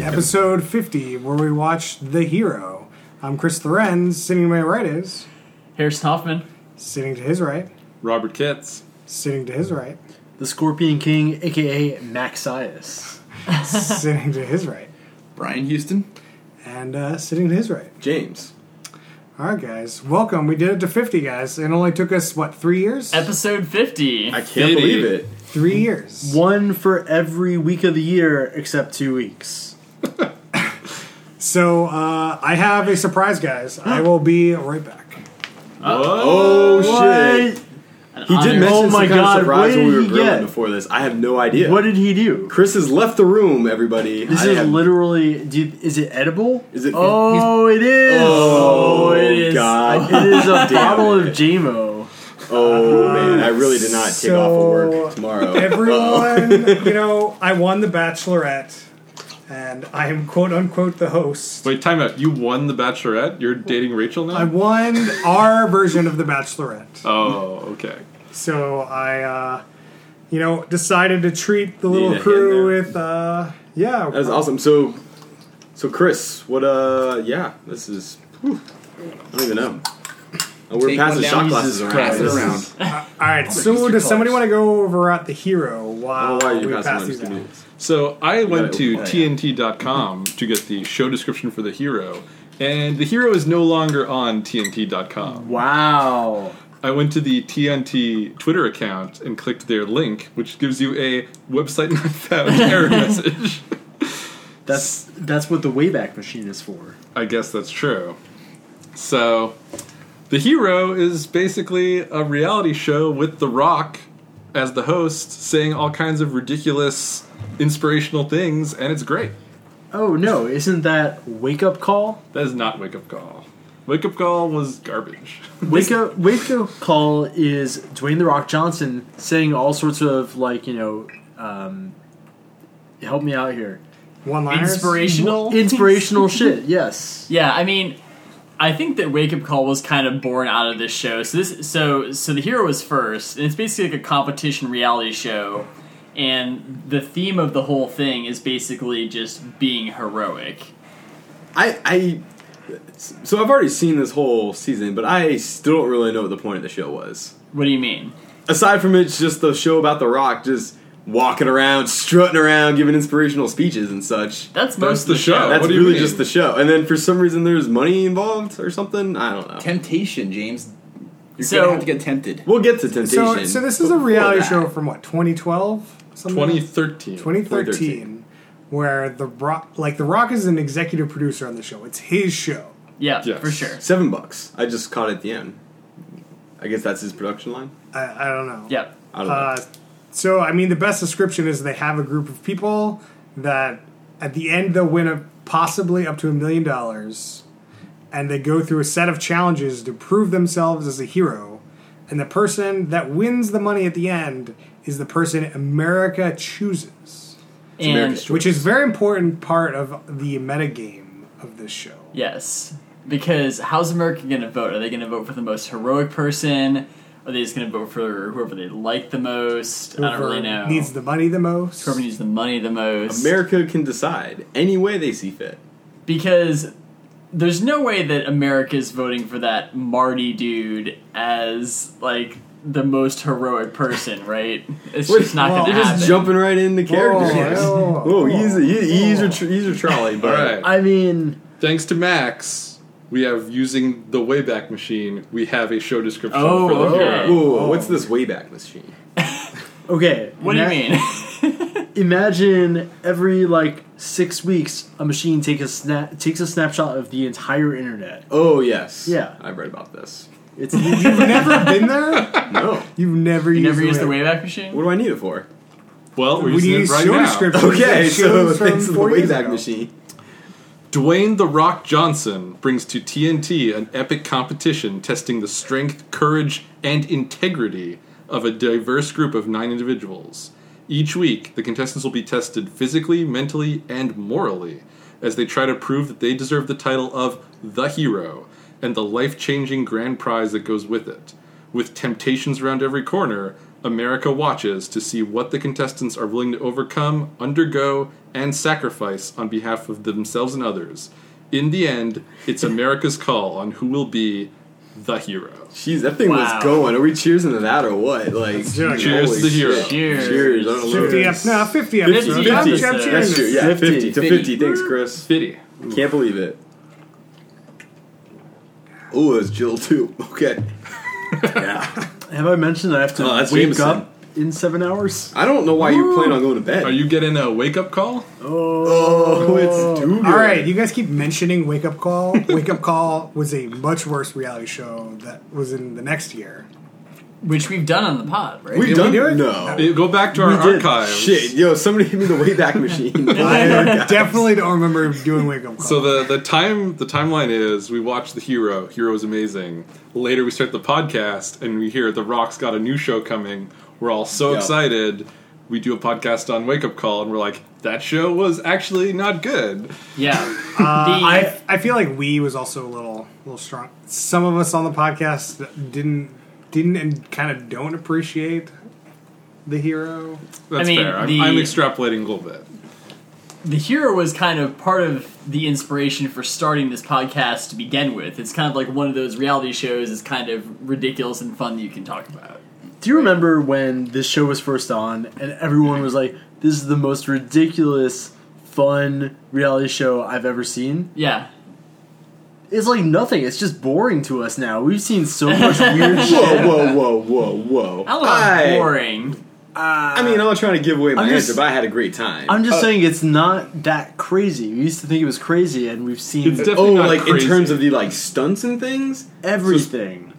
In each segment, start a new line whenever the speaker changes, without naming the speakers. episode 50, where we watch The Hero. I'm Chris Lorenz. Sitting to my right is,
Harrison Hoffman.
sitting to his right,
Robert Kitts.
sitting to his right,
The Scorpion King, aka Maxias.
sitting to his right,
Brian Houston.
and uh, sitting to his right.
James.
All right, guys. Welcome. We did it to 50, guys. It only took us, what, three years?
Episode 50.
I can't believe it.
three years.
One for every week of the year except two weeks.
So uh, I have a surprise, guys. I will be right back.
Oh, shit.
He
Did mention
Oh
some
my
kind of
God, what
surprise when
did
we were
he
grilling
get?
before this. I have no idea.
What did he do?
Chris has left the room, everybody.
This
I
is
have-
literally. Do, is it edible?
Is it-
Oh, it is.
Oh,
it is.
God.
It is a bottle of
it.
JMO.
Oh man, I really did not take off of
So-
work tomorrow.
Everyone, you know, I won The Bachelorette, and I am quote unquote the host.
Wait, time out. You won the Bachelorette. You're dating Rachel now.
I won our version of The Bachelorette.
oh, okay.
So I, uh, you know, decided to treat the little
Need a
crew
hand
with, uh, yeah.
That's awesome. So, so Chris, what? Uh, yeah, this is. whew, I don't even know. Oh, we're
Take
passing
one down,
shot glasses
Jesus
around.
Pass it
This is-
around.
Uh, All right, so
these
does
two
somebody want
colors.
to go over at the hero
I
while
don't know why
we
you passed
pass
one.
these
Just give
out?
me-
So I went
gotta
to
open it.
TNT.com to get the show description for the hero, and the hero is no longer on TNT.com.
Wow.
I went to the TNT Twitter account and clicked their link, which gives you a website not found error message.
That's that's what the Wayback Machine is for.
I guess that's true. So, the hero is basically a reality show with The Rock as the host, saying all kinds of ridiculous, inspirational things, and it's great.
Oh no! Isn't that Wake Up Call?
That is not Wake Up Call. Wake Up Call was garbage.
Wake up, wake up call is Dwayne the Rock Johnson saying all sorts of like you know, um, help me out here,
One liners.
Inspirational.
inspirational shit. Yes,
yeah, I mean, I think that Wake Up Call was kind of born out of this show. So this, so so the hero was first, and it's basically like a competition reality show, and the theme of the whole thing is basically just being heroic.
I, I, so I've already seen this whole season, but I still don't really know what the point of the show was.
What do you mean?
Aside from it's just the show about The Rock just walking around, strutting around, giving inspirational speeches and such.
That's most
That's
of
the show.
That's
what do you
really
mean?
just the show. And then for some reason, there's money involved or something. I don't know.
Temptation, James. You're
So-
gonna have to get tempted.
We'll get to temptation.
So, so this is a
before
reality
that.
show from what 2012, something like that?
2013.
2013, where the Rock, like the Rock, is an executive producer on the show. It's his show.
yeah,
Yes.
for sure.
Seven bucks. I just caught it at the end. I guess that's his production line.
I, I don't know.
Yeah,
I don't know.
Uh, so I mean, the best description is they have a group of people that at the end they'll win a, possibly up to a million dollars, and they go through a set of challenges to prove themselves as a hero. And the person that wins the money at the end is the person America chooses,
and
America's
which is a very important part of the metagame of this show.
Yes, because how's America going to vote? Are they going to vote for the most heroic person? Are they just going to vote for whoever they like the most? I don't
Whoever
really know.
Needs the money the most.
whoever needs the money the most.
America can decide any way they see fit.
because there's no way that America's voting for that Marty dude as like the most heroic person, right? It's just not
well,
going
They're
to
just
happen.
jumping right into
Oh,
characters.
whoa,
Whoa,
whoa.
he's a, he, he's a, tr- he's a trolley,
All
but
right.
I mean,
Thanks to Max, we have using the Wayback Machine. We have a show description
Oh,
for the
okay.
hero.
Whoa, whoa, whoa,
Oh.
what's this Wayback Machine?
okay.
what do you
ima-
mean?
Imagine every like six weeks, a machine takes a snap takes a snapshot of the entire internet.
Oh yes,
Yeah.
I read about this.
It's
You've never been there.
No,
You've never
you
used
never use the
Wayback.
Wayback Machine?
what do I need it for?
Well, we're
We
using
need
it right
show
now.
description.
Okay,
That
so
shows from
thanks to the
four years
Wayback
ago.
Machine.
Dwayne The Rock Johnson brings to TNT an epic competition testing the strength, courage, and integrity of a diverse group of nine individuals. Each week, the contestants will be tested physically, mentally, and morally as they try to prove that they deserve the title of the hero and the life changing grand prize that goes with it. With temptations around every corner, America watches to see what the contestants are willing to overcome, undergo, and sacrifice on behalf of themselves and others. In the end, it's America's call on who will be the hero.
Jeez, that thing
Wow.
was going. Are we cheers into that or what? Like,
do it.
Cheers
holy
to the hero.
shit.
Cheers.
Cheers. I don't know.
50 ep- no, 50 episodes.
50
I'm,
episodes.
I'm cheering
That's true.
this.
Yeah, 50,
50.
to 50. Thanks, Chris.
Fitty.
Can't believe it. Oh, it's Jill too. Okay. yeah.
Have I mentioned that I have to
Oh, that's
wake
Jameson.
up in seven hours?
I don't know why you plan on going to bed.
Are you getting a wake up call?
oh, it's too good.
All right, you guys keep mentioning Wake Up Call. Wake Up Call was a much worse reality show that was in the next year.
which we've done on the pod, right?
We've
Did we
done
do it?
No.
Eh, Go back to our
did.
archives.
Shit, yo, somebody hit me the Wayback Machine.
Oh
I definitely don't remember doing Wake Up Call.
So the the time the timeline is we watch the hero. Hero is amazing. Later we start the podcast and we hear the Rock's got a new show coming. We're all so
Yeah.
excited. We do a podcast on Wake Up Call and we're like, that show was actually not good.
Yeah. the,
I, I feel like we was also a little little strong. Some of us on the podcast didn't didn't and kind of don't appreciate the hero.
That's
mean,
fair. I'm,
the-
I'm extrapolating a little bit.
the hero was kind of part of the inspiration for starting this podcast to begin with. It's kind of like one of those reality shows is kind of ridiculous and fun that you can talk about.
Do you remember when this show was first on and everyone was like, "This is the most ridiculous, fun reality show I've ever seen"?
Yeah.
It's like nothing. It's just boring to us now. We've seen so much weird shit.
whoa, whoa, whoa, whoa, whoa.
I don't know.
I-
Hi. boring.
I mean, I'm not trying to give away my
I'm just-
answer, but I had a great time.
I'm just
Uh,
saying it's not that crazy. We used to think it was crazy, and we've seen
It's def-
Oh,
Definitely not
like
crazy.
in terms of the like stunts and things.
everything,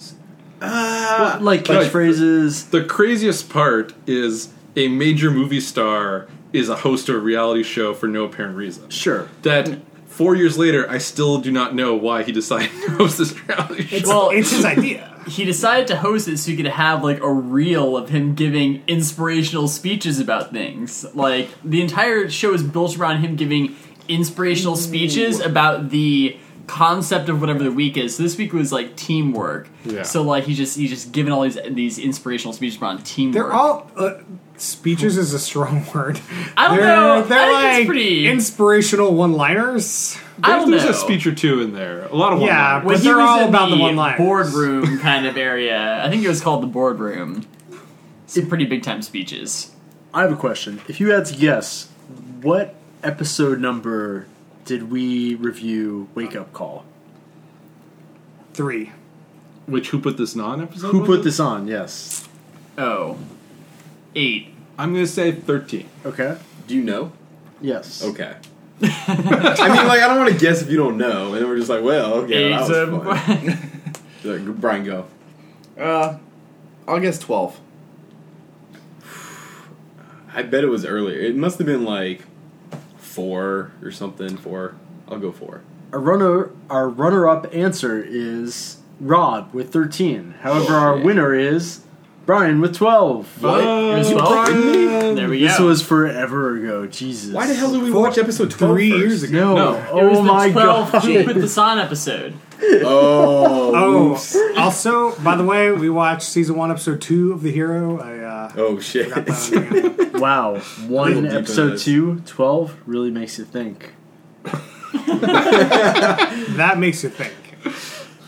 Uh,
like catchphrases.
The craziest part is a major movie star is a host of a reality show for no apparent reason.
Sure,
That four years later, I still do not know why he decided to host this reality show.
It's,
Well-
it's his idea.
He decided to host it so he could have like a reel of him giving inspirational speeches about things. Like the entire show is built around him giving inspirational speeches about the concept of whatever the week is. So this week was like teamwork.
Yeah.
So like he just he's just giving all these these inspirational speeches around teamwork.
They're all uh, speeches is a strong word.
I don't
they're,
know.
They're
I
like
think it's pretty-
inspirational one-liners.
I
There's,
don't
there's
know.
a speech or two in there. A lot of one.
Yeah,
When
but
he
they're
was
all
in
about the,
the
one-liners.
boardroom kind of area. I think it was called the boardroom. Some pretty big time speeches.
I have a question. If you had to guess, what episode number did we review? Wake up call.
Three.
Which who put this non episode?
Who put this on? Yes.
Oh. Eight.
I'm gonna say thirteen.
Okay.
do you know?
Yes.
Okay. I mean, like, I don't want to guess if you don't know, and then we're just like, well, okay, well, that was fun. Like, Brian, go.
Uh, I'll guess 12.
I bet it was earlier. It must have been like four or something. Four. I'll go four.
Our runner, our runner-up answer is Rob with thirteen. However, our
Bullshit.
winner is Brian with twelve.
What?
Uh,
It was
Oh,
twelve?
Brian.
There we go.
This was forever ago. Jesus.
Why the hell did we
Four-
watch episode twelve
three
first?
years ago.
No.
No.
It was
Oh my
the 12
god.
Who Put This On episode.
Oh.
Oh,
oops.
also, by the way, we watched season one, episode two of The Hero. I uh,
Oh shit.
forgot that.
Wow.
Little
One
deep in
episode
this.
two, 12 really makes you think.
that makes you think.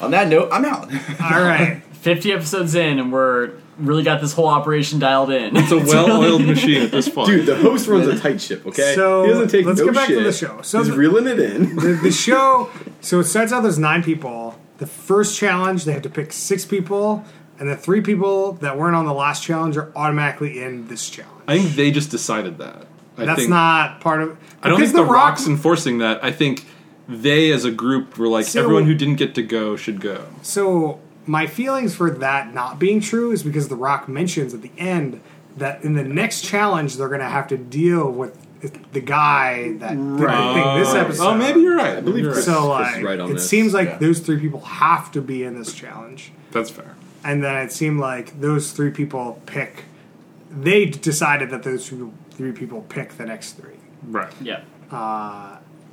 On that note, I'm out.
All right.
50 episodes in, and we're really got this whole operation dialed in.
It's a well-oiled machine at this point.
Dude, the host runs a tight ship. Okay,
So,
he doesn't take
let's
no
get back to
shit.
the show. So
he's
the-
reeling it in.
the, the show so it starts out there's nine people the first challenge they have to pick six people and the three people that weren't on the last challenge are automatically in this challenge
I think they just decided that. I
that's
think,
not part of
I don't
because
think the,
Rock-
Rock's enforcing that. I think they, as a group, were like
So-
everyone who didn't get to go should go.
so my feelings for that not being true is because the rock mentions at the end that in the next challenge they're going to have to deal with the guy that did the thing this episode
Oh, maybe you're right. I
believe
you're right.
so
Chris is
like
right on
it
this.
seems like
Yeah.
those three people have to be in this challenge
That's fair.
and then it seemed like those three people pick. They decided that those three- three people pick the next three.
Right.
yeah.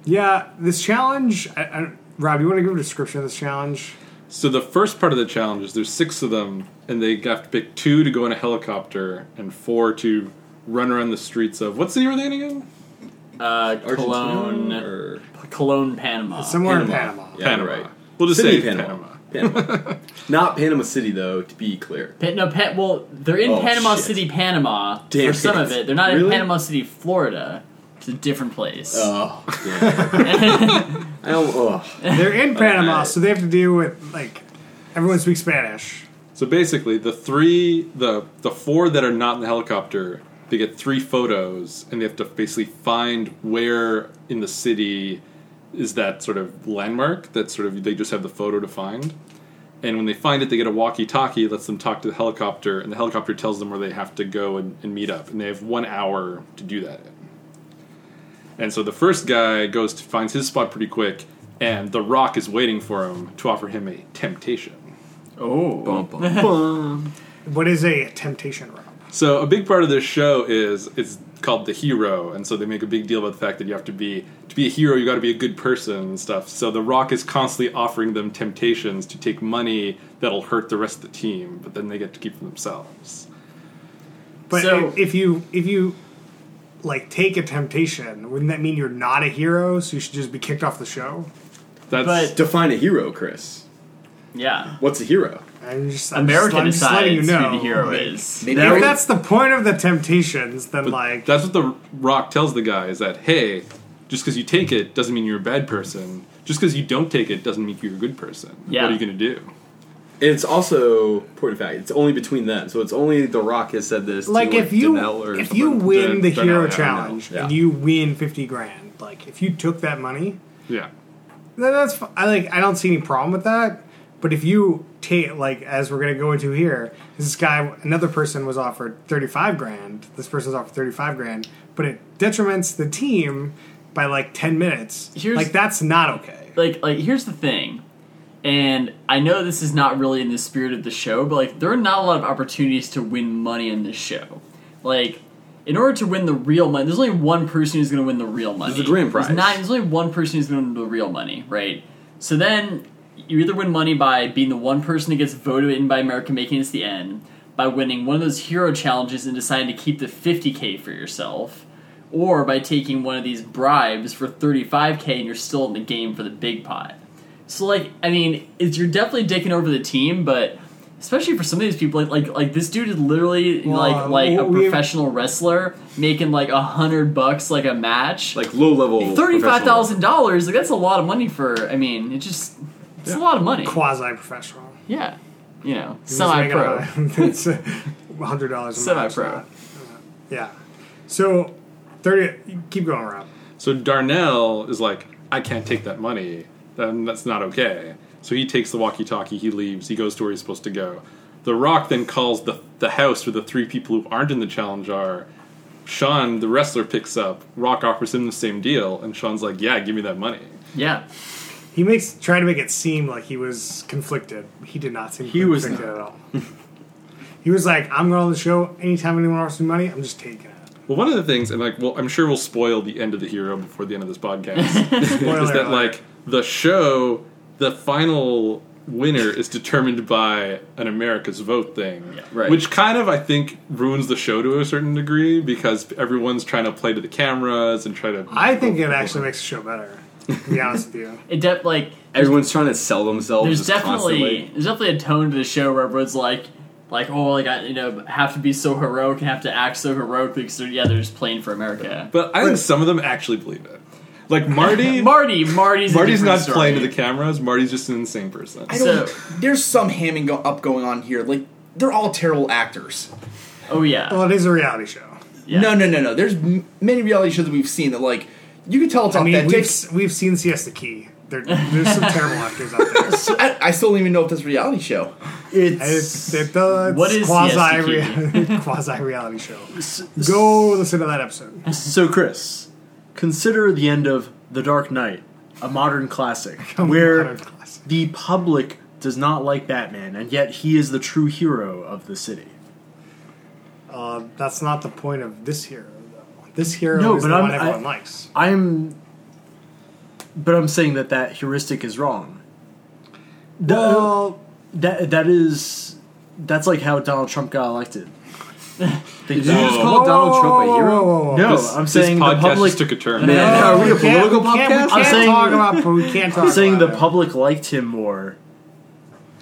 Yeah, this challenge. I, I, Rob, you want to give a description of this challenge?
So the first part of the challenge is there's six of them, and they have to pick two to go in a helicopter and four to run around the streets of what city were they in again?
Uh,
Argentina
Cologne,
or
Cologne, Panama.
Somewhere in Panama.
Yeah,
Panama.
right.
We'll just
City
say
Panama. Panama. Not Panama City, though, to be clear.
Pa- no, pa- well, they're in
Oh,
Panama
shit.
City, Panama
Damn
for some
it.
of it. They're not in
Really?
Panama City, Florida. It's a different place.
Oh, damn. I don't, oh.
They're in Panama,
Alright.
so they have to deal with like everyone speaks Spanish.
So basically, the three, the the four that are not in the helicopter, they get three photos, and they have to basically find where in the city is that sort of landmark that sort of they just have the photo to find. And when they find it, they get a walkie-talkie, lets them talk to the helicopter, and the helicopter tells them where they have to go and, and meet up. And they have one hour to do that. And so the first guy goes to finds his spot pretty quick, and the Rock is waiting for him to offer him a temptation.
Bum, bum.
What is a temptation rock?
So a big part of this show is it's called the hero, and so they make a big deal about the fact that you have to be to be a hero, you got to be a good person and stuff. So the Rock is constantly offering them temptations to take money that'll hurt the rest of the team, but then they get to keep for themselves.
But
So-
i- if you if you like take a temptation, wouldn't that mean you're not a hero? So you should just be kicked off the show.
That's
But-
Define a hero, Chris.
yeah.
What's a hero?
I'm just, I'm just,
America
I'm just letting
decides
you know.
who the hero
like,
is.
Maybe
If
we-
that's the point of the temptations, then
but
like
that's what the Rock tells the guy is that hey, just because you take it doesn't mean you're a bad person. Just because you don't take it doesn't mean you're a good person.
Yeah.
What are you gonna do?
It's also, point of fact, it's only between them. So it's only The Rock has said this. to,
like if you
Denell or
if you
someone.
win the
Den- Denell,
hero
yeah, Denell,
challenge
yeah.
and you win fifty grand, like if you took that money,
Yeah.
then that's fi- I like I don't see any problem with that. But if you take like as we're gonna go into here, this guy another person was offered thirty five grand. This person's offered thirty five grand, but it detriments the team by like ten minutes.
Here's-
like that's not okay.
Like, like here's the thing, and I know this is not really in the spirit of the show, but like there are not a lot of opportunities to win money in this show. Like, in order to win the real money, there's only one person who's going to win the real money.
the grand
There's
prize.
not- there's only one person who's going to win the real money, right? So then you either win money by being the one person who gets voted in by America making it's the end, by winning one of those hero challenges and deciding to keep the 50k for yourself, or by taking one of these bribes for 35k and you're still in the game for the big pot. So like, I mean, it's, you're definitely dicking over the team, but especially for some of these people, like like, like this dude is literally
Well, um,
like like a
we-
professional wrestler making like a hundred bucks like a match,
Like low level.
Thirty-five thousand dollars. Like that's a lot of money for. I mean, it just it's a lot of money.
Quasi professional.
Yeah, you know, semi-pro,
It's hundred dollars.
semi-pro.
Yeah. So thirty. Keep going, Rob.
So Darnell is like, I can't take that money. Then that's not okay. So he takes the walkie-talkie. He leaves. He goes to where he's supposed to go. The Rock then calls the the house where the three people who aren't in the challenge are. Sean, the wrestler, picks up. Rock offers him the same deal, and Sean's like, "Yeah, give me that money."
Yeah,
He makes trying to make it seem like he was conflicted. He did not seem
He was
conflicted at all. he was like, "I'm going on the show anytime anyone offers me money. I'm just taking it."
Well, one of the things, and like, well, I'm sure we'll spoil the end of the hero before the end of this podcast.
Spoiler
is that
alert.
like the show the final winner is determined by an america's vote thing
Right.
which kind of i think ruins the show to a certain degree because everyone's trying to play to the cameras and try to
I think it actually makes the show better. To be honest with you,
it de- like
Everyone's trying to sell themselves.
there's
just
definitely
constantly.
there's definitely a tone to the show where everyone's like like oh like I you know have to be so heroic and have to act so heroically because they're, yeah they're just playing for America.
but i think some of them actually believe it like marty
Marty, Marty's a
marty's
different
not
story.
playing to the cameras marty's just an insane person
I don't.
So-
there's some hamming go- up going on here. Like they're all terrible actors.
Oh yeah,
well, it is a reality show.
yeah.
No, no, no, no. There's m- many reality shows that we've seen that like you can tell it's
I mean,
authentic.
we've, s- we've seen Siesta Key. There, there's some terrible actors out there.
I, I still don't even know if that's a reality show.
It's, it, uh, it's
What is
quasi
Siesta
quasi reality show? Go listen to that episode.
So, Chris, consider the end of The Dark Knight, a modern classic, where
Modern classic.
the public does not like Batman, and yet he is the true hero of the city.
Uh, that's not the point of this hero. though. This hero
No,
is
but
the
I'm-
one everyone
I-
likes.
I'm, but I'm saying that that heuristic is wrong. Th-
Well,
that that is that's like how Donald Trump got elected. Did
you just call
whoa,
Oh, Donald
whoa,
Trump a
whoa,
hero?
whoa, whoa, whoa.
No,
this,
I'm
this
saying the
podcast
public.
just took a turn.
Man.
No,
Are we a
can't-
political
we can't-
podcast?
We can't
I'm saying-
talk about. po- We can't talk.
I'm saying the
about it.
public liked him more.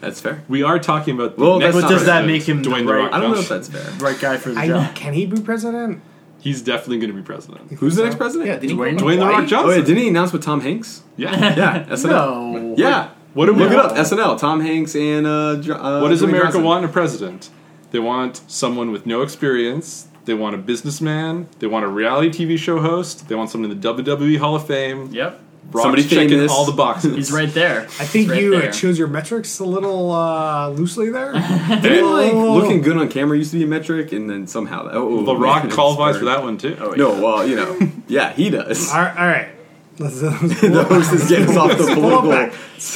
That's fair.
We are talking about.
Well,
the next
that's not
But does that
president,
make him the
Dwayne the Rock
right,
I don't know if
Johnson.
that's fair.
right guy for the
I,
job?
can he be president?
He's definitely going to be president.
Who's the next president?
Yeah, did he
Dwayne-
go to
Dwayne the
Hawaii?
Rock Johnson.
Oh, yeah, didn't he announce with Tom Hanks?
yeah.
Yeah, SNL.
No.
Yeah.
What do we
Look it up. SNL. Tom Hanks and uh, Jo- uh
What does
Dwayne
America
Johnson.
want in a president? They want someone with no experience. They want a businessman. They want a reality TV show host. They want someone in the WWE Hall of Fame.
Yep.
Brock's
Somebody
checking
famous.
all the boxes.
He's right there.
I think
He's right
you
there.
uh chose your metrics a little uh, loosely there.
Didn't like
Whoa.
looking good on camera used to be a metric, and then somehow that, oh,
The
man,
Rock
it's
qualifies for
very-
that one too.
Oh, yeah.
No, well, you know, yeah, he does.
All right, all right. Let's, let's pull,
the
it
host is getting us off the
pull it
political,
back.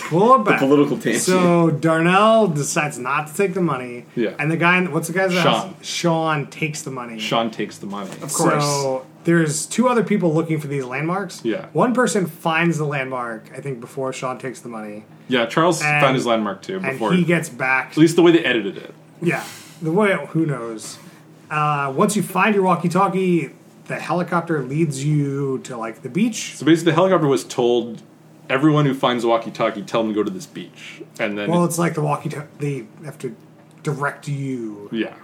Pull it back.
political tangent.
So Darnell decides not to take the money.
Yeah.
And the guy, in- what's the guy's
Sean.
house? Sean takes the money.
Sean takes the money.
Of course.
So there's two other people looking for these landmarks.
Yeah.
One person finds the landmark, I think, before Sean takes the money,
Yeah, Charles
And-
found his landmark too
and
before.
he gets back.
at least the way they edited it.
Yeah. The way, who knows? Uh, once you find your walkie-talkie, the helicopter leads you to like the beach.
So basically, the helicopter was told everyone who finds a walkie-talkie, tell them to go to this beach, and then
Well, it's like the walkie. They have to direct you
yeah,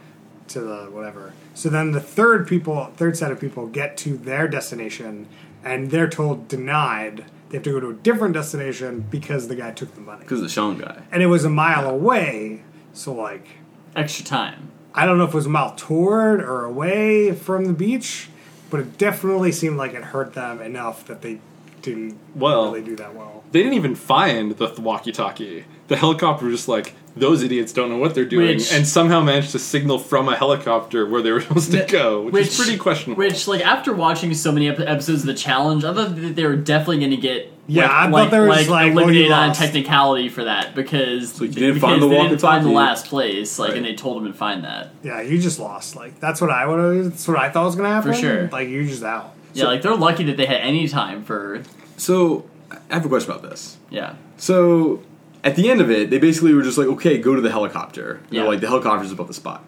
to the whatever. So then the third people, third set of people, get to their destination, and they're told denied. They have to go to a different destination because the guy took the money,
Because the Sean guy.
and it was a mile away. So like,
Extra time.
I don't know if it was a mile toward or away from the beach, but it definitely seemed like it hurt them enough that they didn't
Well-
really do that well.
they didn't even find the th- walkie-talkie. The helicopter was just like those idiots don't know what they're doing,
Which-
and somehow managed to signal from a helicopter where they were supposed to go, which, is pretty questionable.
Which, like, after watching so many ep- episodes of the challenge, I thought that they were definitely going to get
Yeah,
like,
I thought
like,
there was,
like,
like, oh, you
eliminated on
lost.
technicality for that because
you didn't
because
find the
they didn't find the
walkie-talkie.
last place, like, and
Right.
they told them to find that.
Yeah, you just lost. Like that's what I would. That's what I thought was gonna happen.
sure.
Like you're just out.
yeah, like they're lucky that they had any time for
So I have a question about this.
yeah.
So at the end of it, they basically were just like, okay, go to the helicopter. And They're
Yeah.
like, the helicopter's above the spot.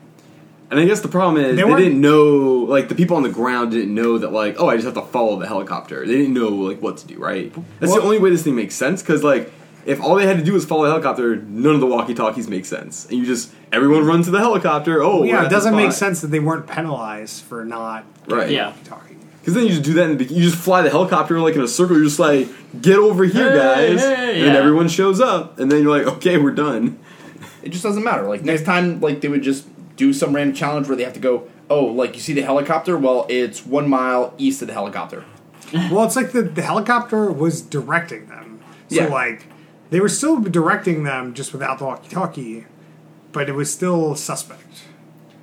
And I guess the problem is
They
they,
weren't-
didn't know, like the people on the ground didn't know that, like, oh, I just have to follow the helicopter. They didn't know like what to do, right? That's
Well-
the only way this thing makes sense because like if all they had to do was follow the helicopter, none of the walkie talkies make sense. And you just everyone runs to the helicopter. Oh, we're
yeah,
at
it
the
doesn't make
spot.
sense that they weren't penalized for not
right?
Yeah.
talking.
Because then you just do that, and you just fly the helicopter like in a circle. You're just like, get over here,
Hey,
guys,
hey,
and then
yeah.
everyone shows up, and then you're like, okay, we're done.
It just doesn't matter. Like next time, like they would just do some random challenge where they have to go. Oh, like you see the helicopter? Well, it's one mile east of the helicopter.
Well, it's like the, the helicopter was directing them. So
Yeah.
like they were still directing them just without the walkie-talkie, but it was still suspect.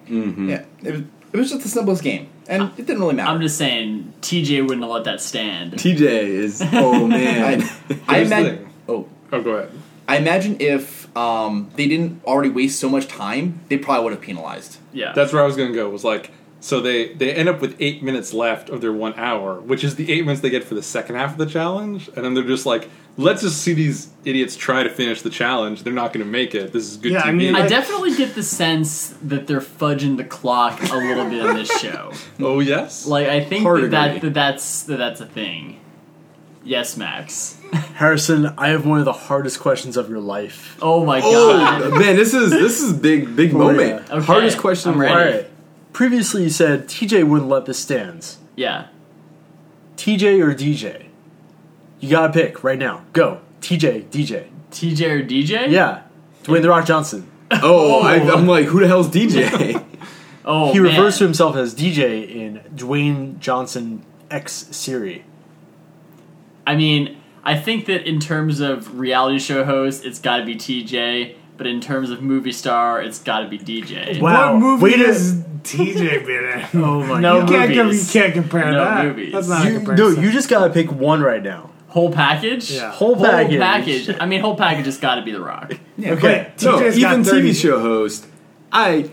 Yeah, it was. It was just the simplest game, and it didn't really matter.
I'm just saying, TJ wouldn't have let that stand.
TJ is oh man,
I, I
Here's the
imagine.
thing.
Oh,
oh, go ahead.
I imagine if um, they didn't already waste so much time, they probably would have penalized.
Yeah,
That's where I was going to go. Was like, so they they end up with eight minutes left of their one hour, which is the eight minutes they get for the second half of the challenge, and then they're just like, let's just see these idiots try to finish the challenge. They're not going to make it. This is good
Yeah,
TV.
I mean,
I definitely get the sense that they're fudging the clock a little bit in this show.
oh yes,
Like, I think
Hard
that, that,
agree.
that that's that that's a thing. Yes, Max.
Harrison, I have one of the hardest questions of your life.
Oh my god.
oh man, this is this is big big moment.
Okay,
Hardest question
I'm
of
ready.
all.
All right. Previously, you said TJ wouldn't let this stand.
Yeah.
TJ or DJ? You gotta pick right now. Go. TJ, DJ.
TJ or DJ?
Yeah. Dwayne The Rock Johnson.
Oh, I, I'm like, who the hell's DJ?
Oh,
He
man.
refers to himself as DJ in Dwayne Johnson X Siri.
I mean, I think that in terms of reality show host, it's got to be TJ. But in terms of movie star, it's got to be DJ.
Wow.
What movie
Way to-
has TJ been in?
Oh my
No
you, can't, com- you
movies.
can't compare
No
that.
movies.
That's not a
You, no,
comparison.
you just gotta pick one right now.
Whole package.
Yeah.
Whole package.
package. I mean, whole package has got to be The Rock.
Okay.
TJ
no,
's got
even
30.
TV show host. I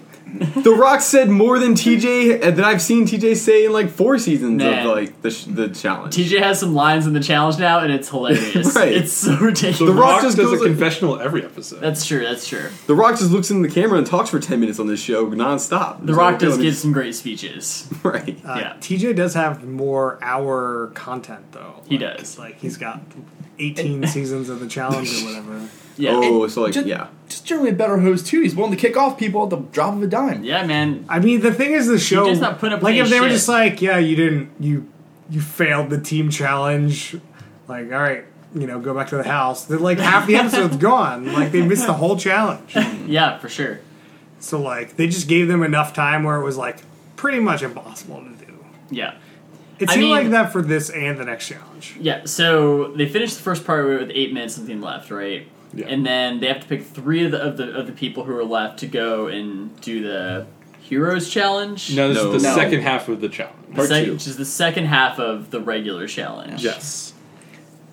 The Rock said more than TJ uh, that I've seen TJ say in like four seasons
Man.
of like the sh- the challenge.
TJ has some lines in the challenge now, and it's hilarious.
Right.
It's so ridiculous.
The Rock
Rock
just
does a
goes like-
confessional every episode.
that's true. That's true.
the Rock just looks in the camera and talks for ten minutes on this show nonstop.
The Rock does give some great speeches.
right.
Uh,
Yeah.
TJ does have more hour content though.
He
Like-
does.
Like he's got 18 seasons of the challenge or whatever.
Yeah.
oh, so like
Just,
yeah.
just generally a better host too. He's willing to kick off people at the drop of a dime.
Yeah, man.
I mean, the thing is, the show
just not putting up
like
with
if they were
shit.
just like, yeah, you didn't, you you failed the team challenge. Like, all right, you know, go back to the house. Then like half the episode's gone. Like they missed the whole challenge.
Yeah, for sure.
So like they just gave them enough time where it was like pretty much impossible to do.
Yeah.
It
I
seemed
mean-
like that for this and the next challenge.
Yeah, so they finished the first part with eight minutes something left, right?
Yeah.
And then they have to pick three of the, of the of the people who are left to go and do the heroes challenge.
No, this
No.
is the
No.
second half of the challenge.
The
part
sec-
two.
which is the second half of the regular challenge.
Yes.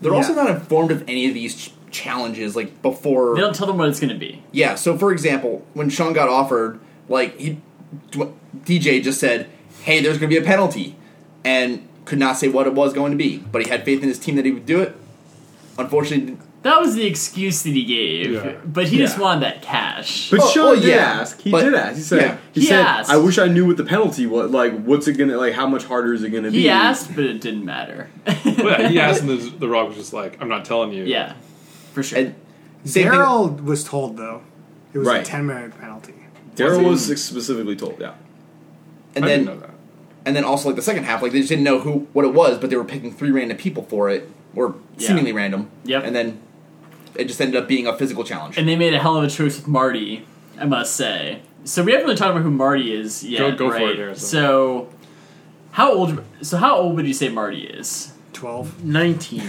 They're also
Yeah.
not informed of any of these ch- challenges like before.
They don't tell them what it's going to be.
Yeah. So for example, when Sean got offered, like he, D- DJ just said, "Hey, there's going to be a penalty," and could not say what it was going to be, but he had faith in his team that he would do it. Unfortunately,
That was the excuse that he gave,
Yeah.
but he just
Yeah.
wanted that cash.
But
Oh,
Sean
well,
did
yeah.
ask. He
But-
did ask. He said.
yeah.
He,
He
said.
asked.
I wish I knew what the penalty was. Like, what's it gonna like? How much harder is it gonna be?
he asked, but it didn't matter.
Well, yeah, he asked, and the, the Rock was just like, "I'm not telling you."
yeah, for sure.
and same thing-
Daryl was told though, it was a
Right.
10 minute penalty.
Daryl
Was
was
he-
specifically told. Yeah.
and
I
then
didn't know that.
and then also like the second half, like they just didn't know who what it was, but they were picking three random people for it, or
Yeah.
seemingly random.
Yep.
And then it just ended up being a physical challenge.
and they made a hell of a choice with Marty, I must say. So we haven't really talked about who Marty is yet.
Go- go for
right?
it, Harrison.
So how old? So how old would you say Marty is?
12.
Nineteen.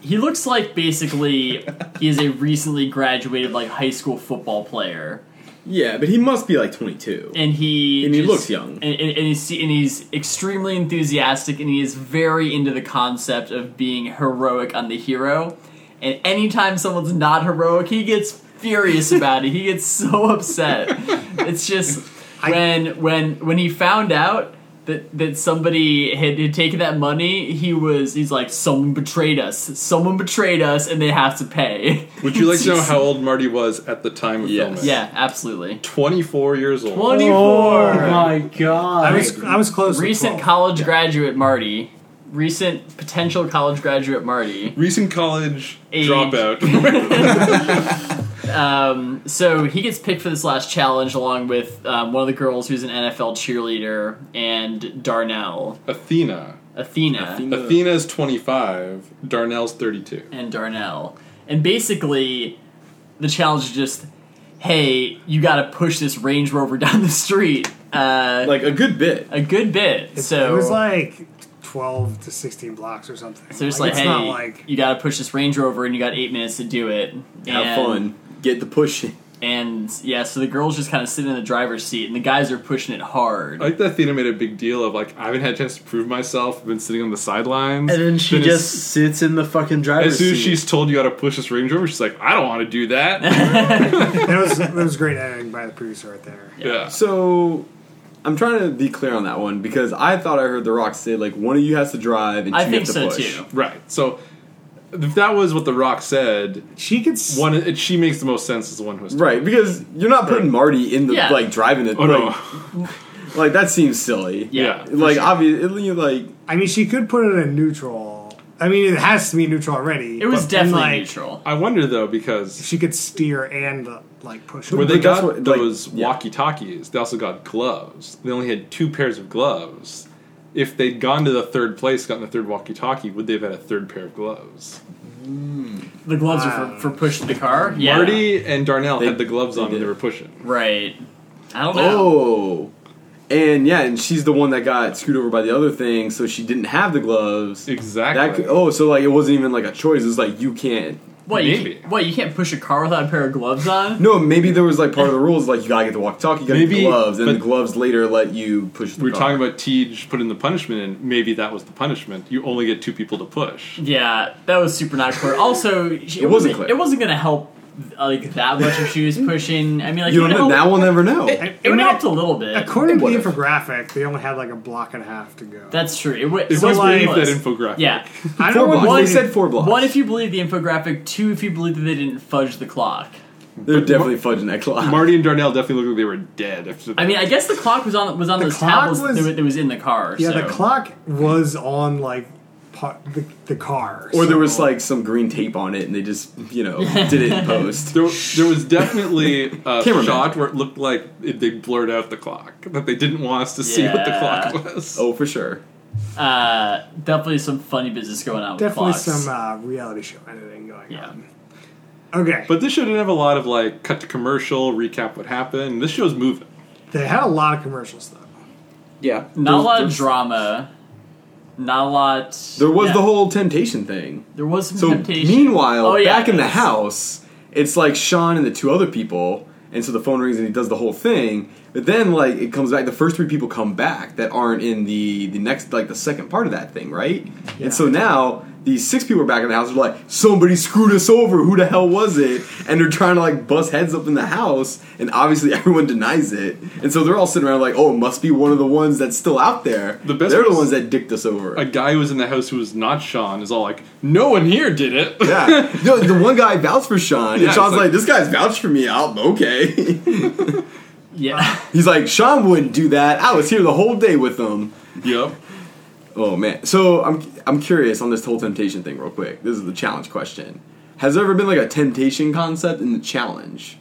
He looks like basically he is a recently graduated like high school football player,
Yeah, but he must be like 22.
and he
And he
just-
looks young.
and, and, and he's and he's extremely enthusiastic, and he is very into the concept of being heroic on the hero. And anytime someone's not heroic, he gets furious about it. He gets so upset. It's just when when when he found out that that somebody had, had taken that money, he was he's like, someone betrayed us. Someone betrayed us, and they have to pay.
Would you like to know how old Marty was at the time of
Yes.
filming?
yeah, absolutely.
24 years old.
Twenty
Oh
four.
my god!
I was I was close. with
recent
12.
college graduate Marty, recent potential college graduate Marty.
Recent college
Age.
dropout.
Um, so he gets picked for this last challenge along with um, one of the girls who's an NFL cheerleader and Darnell,
Athena.
Athena,
Athena.
Athena's 25. Darnell's 32.
and Darnell. And basically, the challenge is just, hey, you got to push this Range Rover down the street. Uh,
Like a good bit.
a good bit.
It's-
so
it was like 12 to 16 blocks or something.
so just like,
it's
hey,
not like
you got to push this Range Rover, and you got eight minutes to do it.
Have
And-
fun. Get the push.
And yeah, so the girls just kind of sit in the driver's seat, and the guys are pushing it hard.
I like that Athena made a big deal of, like, I haven't had a chance to prove myself. I've been sitting on the sidelines.
and then she
as-
just sits in the fucking driver's
As soon as
seat.
she's told you how to push this Range Rover, she's like, I don't want to do that.
that was that was great editing by the producer right there.
yeah.
So, I'm trying to be clear on that one because I thought I heard The Rock say like one of you has to drive and two
I think
have to
so
push.
too.
Right. So, if that was what The Rock said,
She could s-
one it, she makes the most sense as the one who's
Right, because you're not putting Marty in the
Yeah.
like driving it.
Oh
like,
no.
like that seems silly.
Yeah.
Yeah.
Like obviously, like
I mean, she could put it in neutral. I mean, it has to be neutral already.
It was
but then,
definitely
like,
neutral.
I wonder though because
She could steer and uh, like push.
where
it.
they
But that's
got
what, like,
those
yeah.
walkie talkies, they also got gloves. They only had two pairs of gloves. If they'd gone to the third place, gotten the third walkie talkie, would they have had a third pair of gloves?
The gloves
Wow.
are for, for pushing the car. Yeah.
Marty and Darnell
They-
had the gloves
they
on when they
did.
were pushing.
Right. I don't know.
oh, and yeah, and she's the one that got screwed over by the other thing, so she didn't have the gloves.
Exactly.
That could, oh, so like it wasn't even like a choice. It's like you can't.
what, you
maybe.
can't, what, you can't push a car without a pair of gloves on?
No, maybe there was like part of the rules like you gotta get the walkie talkie, you gotta
Maybe,
get gloves, and the
but-
gloves later let you push. The
We were
car.
talking about Tej putting the punishment in. Maybe that was the punishment. You only get two people to push.
Yeah, that was super not clear. Also, she- it,
wasn't
wasn't-
clear.
It wasn't going to help like that much of shoes pushing. I mean, like
You don't know. Now we'll never know.
It, it went up a little bit.
According to the
Whatever.
infographic, they only had like a block and a half to go.
That's true. It, went,
It
so
was
like-
believed that infographic.
Yeah.
I
Four
don't know
blocks.
what
They said four blocks.
One, if you believe the infographic. Two, if you believe that they didn't fudge the clock.
They're definitely fudging that clock.
Marty and Darnell definitely looked like they were dead. After
I mean, I guess the clock was on was on
The
those
clock
tablets
was-
that, were- that was in the car.
Yeah,
so.
the clock was on like pa- the, the car.
or there was
so-
like some green tape on it, and they just you know did it in post.
there, there was definitely a
Cameraman.
shot where it looked like it, they blurred out the clock, that they didn't want us to see what the
Yeah.
clock was.
Oh, for sure.
Uh, definitely some funny business going on.
definitely
with clocks.
some uh, reality show editing going
Yeah.
on. Okay,
But this show didn't have a lot of like cut to commercial, recap what happened. This show's moving.
they had a lot of commercials though.
Yeah.
Not a lot of
there's-
drama. Not a lot.
There was
yeah.
the whole temptation thing.
There was some
So
temptation.
meanwhile,
Oh, yeah,
back in the
that's-
house, it's like Sean and the two other people, and so the phone rings and he does the whole thing. But then like it comes back, the first three people come back that aren't in the the next like the second part of that thing, right? And so now these six people are back in the house. They're like, somebody screwed us over. Who the hell was it? And they're trying to like bust heads up in the house, and obviously everyone denies it. And so they're all sitting around like, oh, it must be one of the ones that's still out there.
The best
they're the
was-
ones that dicked us over.
A guy who was in the house who was not Sean is all like, "No one here did it."
Yeah. No, the one guy vouched for Sean,
Yeah,
and Sean's
it's like-
like, this guy's vouched for me. I'm okay.
Yeah.
He's like, Sean wouldn't do that. I was here the whole day with him.
yep.
Oh man. So I'm I'm curious on this whole temptation thing real quick. This is the challenge question. Has there ever been like a temptation concept in the challenge?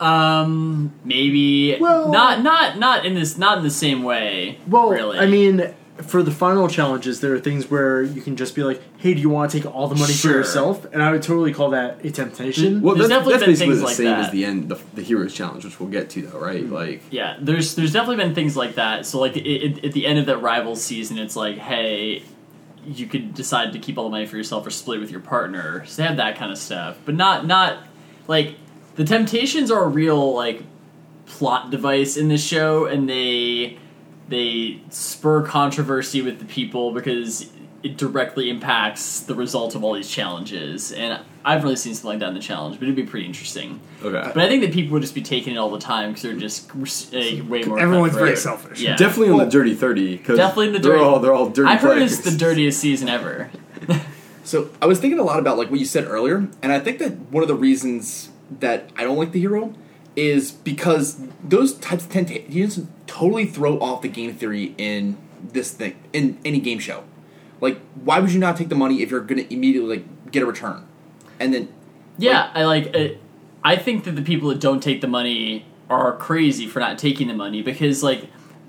Um, maybe
Well-
not not not in this not in the same way.
Well,
really,
I mean, for the final challenges, there are things where you can just be like, "Hey, do you want to take all the money
Sure.
for yourself?" And I would totally call that a temptation.
Well,
There's
that's,
definitely
that's
been
basically
things
the
like
same
that. Mm-hmm.
as the end, the, the heroes challenge, which we'll get to though, right? Like,
yeah. There's there's definitely been things like that. So like it, it, at the end of that rivals season, it's like, hey, you could decide to keep all the money for yourself or split it with your partner. So they have that kind of stuff, but not not like the temptations are a real like plot device in this show, and they they spur controversy with the people because it directly impacts the result of all these challenges. And I've really seen something like that in the challenge, but it'd be pretty interesting.
okay.
But I think that people would just be taking it all the time because they're just uh, way more.
Everyone's very
cutthroat.
selfish.
Yeah,
Definitely on the Dirty 30. Cause
Definitely in the
they're
dirty.
All, they're all dirty
I've heard it's the
players.
dirtiest season ever.
So I was thinking a lot about like what you said earlier, and I think that one of the reasons that I don't like the hero is because those types of temptations totally throw off the game theory in this thing in any game show. Like, why would you not take the money if you're going to immediately like get a return? And then
Yeah, I like. uh I think that the people that don't take the money are crazy for not taking the money because like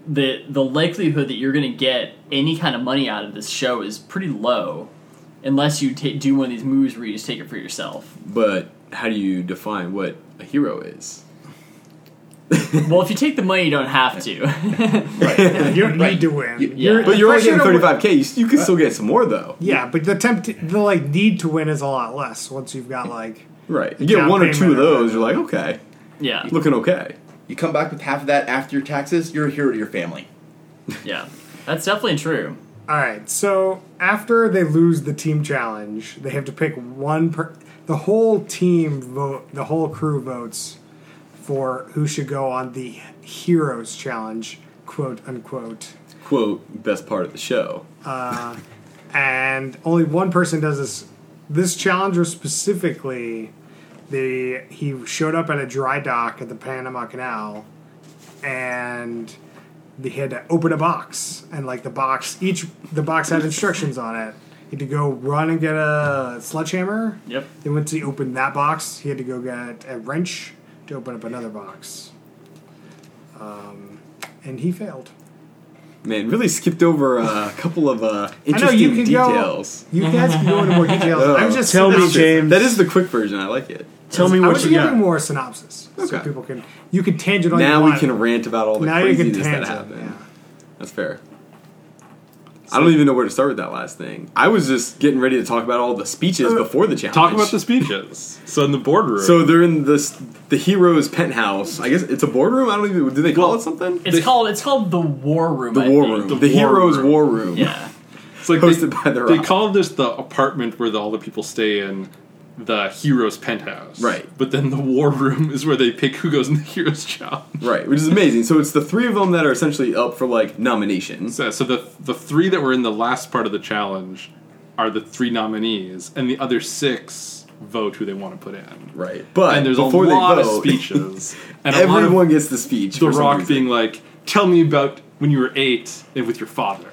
the the likelihood that you're going to get any kind of money out of this show is pretty low, unless you ta do one of these moves where you just take it for yourself.
But how do you define what a hero is?
well, if you take the money, you don't have to.
You don't
Right.
need to win.
You-
yeah.
But you're only
Pressure to-
getting 35k. You, s- you can still get some more though.
Yeah, but the tempt the like need to win is a lot less once you've got like
Right. You get
down
one or
payment
two of
or
those, you're like, okay,
yeah,
looking okay.
you come back with half of that after your taxes, you're a hero to your family.
yeah, that's definitely true.
all right. So after they lose the team challenge, they have to pick one per the whole team vote the whole crew votes for who should go on the heroes challenge, quote unquote.
Quote, best part of the show.
and only one person does this. This challenger specifically, the he showed up at a dry dock at the Panama Canal, and he had to open a box, and like the box, each the box had instructions on it. He had to go run and get a sledgehammer.
Yep.
Then once he opened that box, he had to go get a wrench to open up another box. Um, and he failed.
Man, really skipped over uh, a couple of uh, interesting
you can go-
details.
You guys can go into more details. I'm
Oh.
just
Tell me,
synopsis.
James.
That is the quick version. I like it.
Tell me
I
what
was
you
giving
got.
more synopsis so
Okay.
people can Oh, you can tangent on
now we can rant about all the
now you can
craziness
tangent.
that happened.
yeah.
That's fair. I don't even know where to start with that last thing. I was just getting ready to talk about all the
Uh,
speeches before the challenge.
Talk about the speeches. So in the boardroom,
So they're in this the hero's penthouse. I guess it's a boardroom. I don't even. Do they call it something?
It's called it's called the War Room.
the
I
war
think.
room.
The
The,
war
hero's
room.
war room.
Yeah.
it's like
hosted
they,
by The
they
Rock.
call this the apartment where the, all the people stay in. the hero's penthouse.
Right.
But then the war room is where they pick who goes in the hero's job.
Right, which is amazing. So it's the three of them that are essentially up for like nominations.
So, so the the three that were in the last part of the challenge are the three nominees, and the other six vote who they want to put in.
Right, but
and there's a
before
lot
they
of
vote,
speeches, and a lot
everyone
of
gets the speech.
The
for some
Rock
reason.
being like, "Tell me about when you were eight and with your father."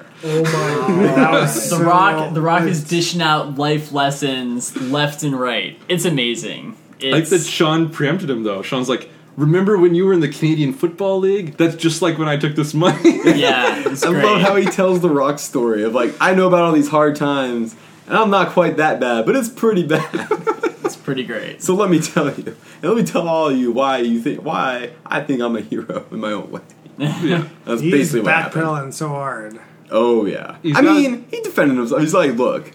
That was
The
so-
Rock, The Rock is dishing out life lessons left and right. It's amazing.
I like
It's
that Sean preempted him though. Sean's like, "Remember when you were in the Canadian Football League? That's just like when I took this money."
yeah, it's
I
great.
love how he tells the Rock story of like, I know about all these hard times, and I'm not quite that bad, but it's pretty bad.
it's pretty great.
so let me tell you, and let me tell all you why you think why I think I'm a hero in my own way.
yeah.
That's
He's
basically what happened.
backpedaling so hard.
Oh yeah.
He's
I
not-
mean, he defended himself. He's like, look,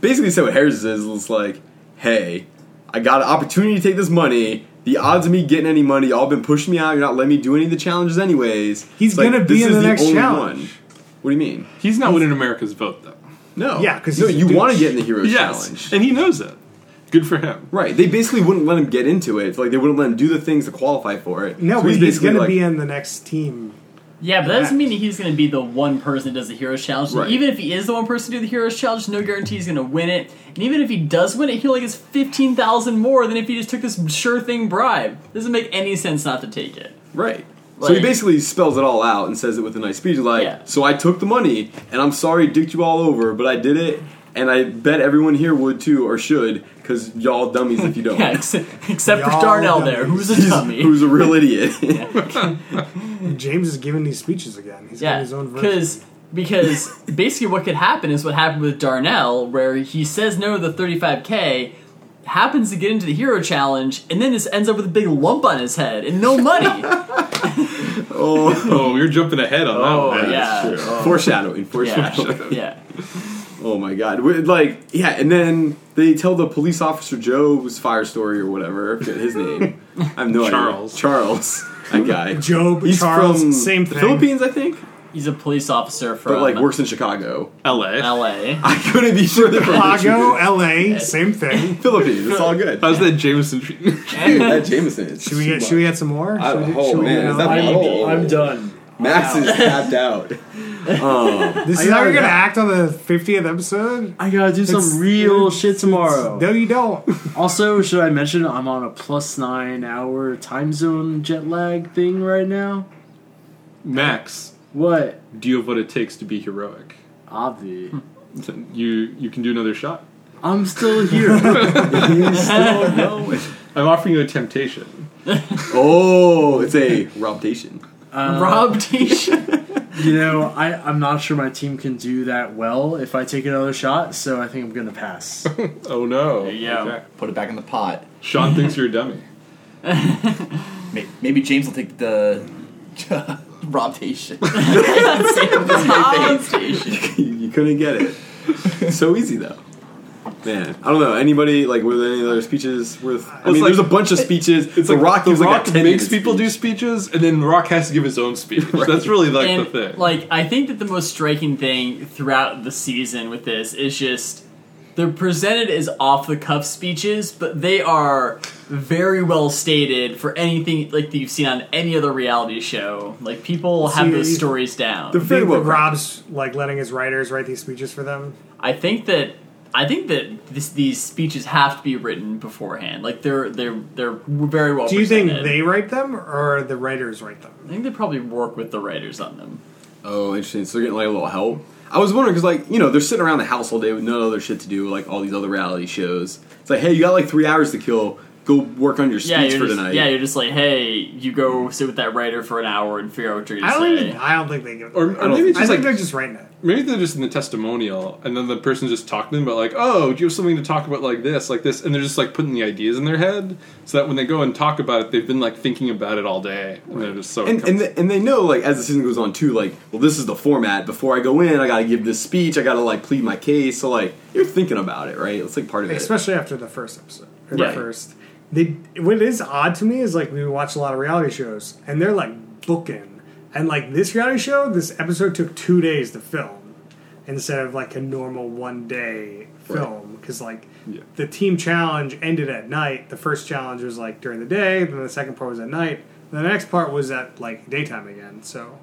basically said what Harris is. It's like, hey, I got an opportunity to take this money. The odds of me getting any money, y'all been pushing me out. You're not letting me do any of the challenges, anyways.
He's
It's like,
gonna be
this
in
is
the next
only
challenge.
one. What do you mean?
He's not winning America's vote though.
No.
Yeah, 'cause
no,
he's a
you
douche.
want to get in the heroes
Yes,
challenge.
and he knows it. Good for him.
Right. They basically wouldn't let him get into it. It's like they wouldn't let him do the things to qualify for it.
No,
So
but he's,
basically
going
like,
to be in the next team.
Yeah, but that doesn't mean he's going to be the one person that does the Heroes Challenge.
Right.
Even if he is the one person to do the Heroes Challenge, no guarantee he's going to win it. And even if he does win it, he only gets 15000 more than if he just took this sure thing bribe. doesn't make any sense not to take it.
Right. so he
Like-
basically spells it all out and says it with a nice speech, like,
Yeah.
"So I took the money, and I'm sorry, dicked you all over, but I did it, and I bet everyone here would too, or should, because y'all dummies if you don't."
Yeah, ex- except for
Y'all
Darnell
dummies.
there, who's a dummy.
Who's a real idiot?
James is giving these speeches again. He's got
Yeah,
his own
because
version.
because basically what could happen is what happened with Darnell, where he says no to the 35k, happens to get into the Hero Challenge, and then this ends up with a big lump on his head and no money.
Oh, you're jumping ahead on
Oh,
that one.
yeah.
foreshadowing, foreshadowing.
yeah, yeah.
Oh my god! We- Like, yeah, and then they tell the police officer Joe's fire story or whatever. I forget his name. I have no
Charles.
idea. Charles. That guy.
Job,
He's
Charles,
from
same
the
thing.
Philippines, I think,
He's a police officer from
but like works in Chicago.
L.A.
L.A.
I couldn't be sure. they're from the
Chicago, LA, same thing.
Philippines. It's all good.
How's that Jameson treatment?
Dude, that Jameson is.
Should we get, should we get some more?
I-
Should we,
oh,
should we
man,
get
is
another
that
one?
my- Oh.
I'm, I'm done.
Max is tapped out.
This is how you're going to act on the 50th episode?
I gotta do
It's-
some real
it's-
shit tomorrow.
No, you don't.
Also, should I mention I'm on a plus nine hour time zone jet lag thing right now?
Max,
What?
do you have what it takes to be heroic?
Obvi.
You you can do another shot.
I'm still here. You still going.
I'm offering you a temptation.
Oh, it's a robtation.
Uh,
Rob Tation.
You know, I, I'm not sure my team can do that well if I take another shot, so I think I'm gonna pass.
Oh no.
Yeah.
Okay.
Put it back in the pot.
Sean thinks you're a dummy.
May- Maybe James will take the robtation.
Rob Tation.
you couldn't get it. So easy though. Man, I don't know. Anybody like were there any other speeches worth? I mean,
like-
there's a bunch of speeches. It's the Rock
the
gives
Rock
like a 10
makes
minute
people do
speech.
speeches, and then Rock has to give his own speech. That's really like
And
the thing.
like, I think that the most striking thing throughout the season with this is just they're presented as off the cuff speeches, but they are very well stated for anything like that you've seen on any other reality show. Like people have
See,
those
you-
stories down.
the- Very
Think
well
that
crafted.
Rob's like letting his writers write these speeches for them.
I think that I think that this, these speeches have to be written beforehand. Like they're they're they're very well.
Do you think
presented.
they write them or the writers write them?
I think they probably work with the writers on them.
Oh, interesting. So they're getting like a little help. I was wondering because like you know they're sitting around the house all day with no other shit to do, like all these other reality shows. It's like, hey, you got like three hours to kill. Go work on your speech
Yeah,
for
you're just,
tonight.
yeah, you're just like, hey, you go sit with that writer for an hour and figure out what you're
I
gonna
don't
say.
even. I don't think they give.
or,
Them.
or maybe
I think
it's just like
they're just writing it.
maybe they're just in the testimonial, and then the person's just talking to them about like, oh, do you have something to talk about like this, like this, and they're just like putting the ideas in their head, so that when they go and talk about it, they've been like thinking about it all day, and they're just so.
and and, they- and they know like as the season goes on too like well this is the format before i go in i gotta give this speech i gotta like plead my case so like you're thinking about it right it's like part of it
especially after the first episode or
Right.
the first. They what is odd to me is like we watch a lot of reality shows and they're like booking and like this reality show this episode took two days to film. instead of like a normal one day film because like
Yeah.
the team challenge ended at night. The first challenge was like during the day, then the second part was at night, then the next part was at like daytime again. So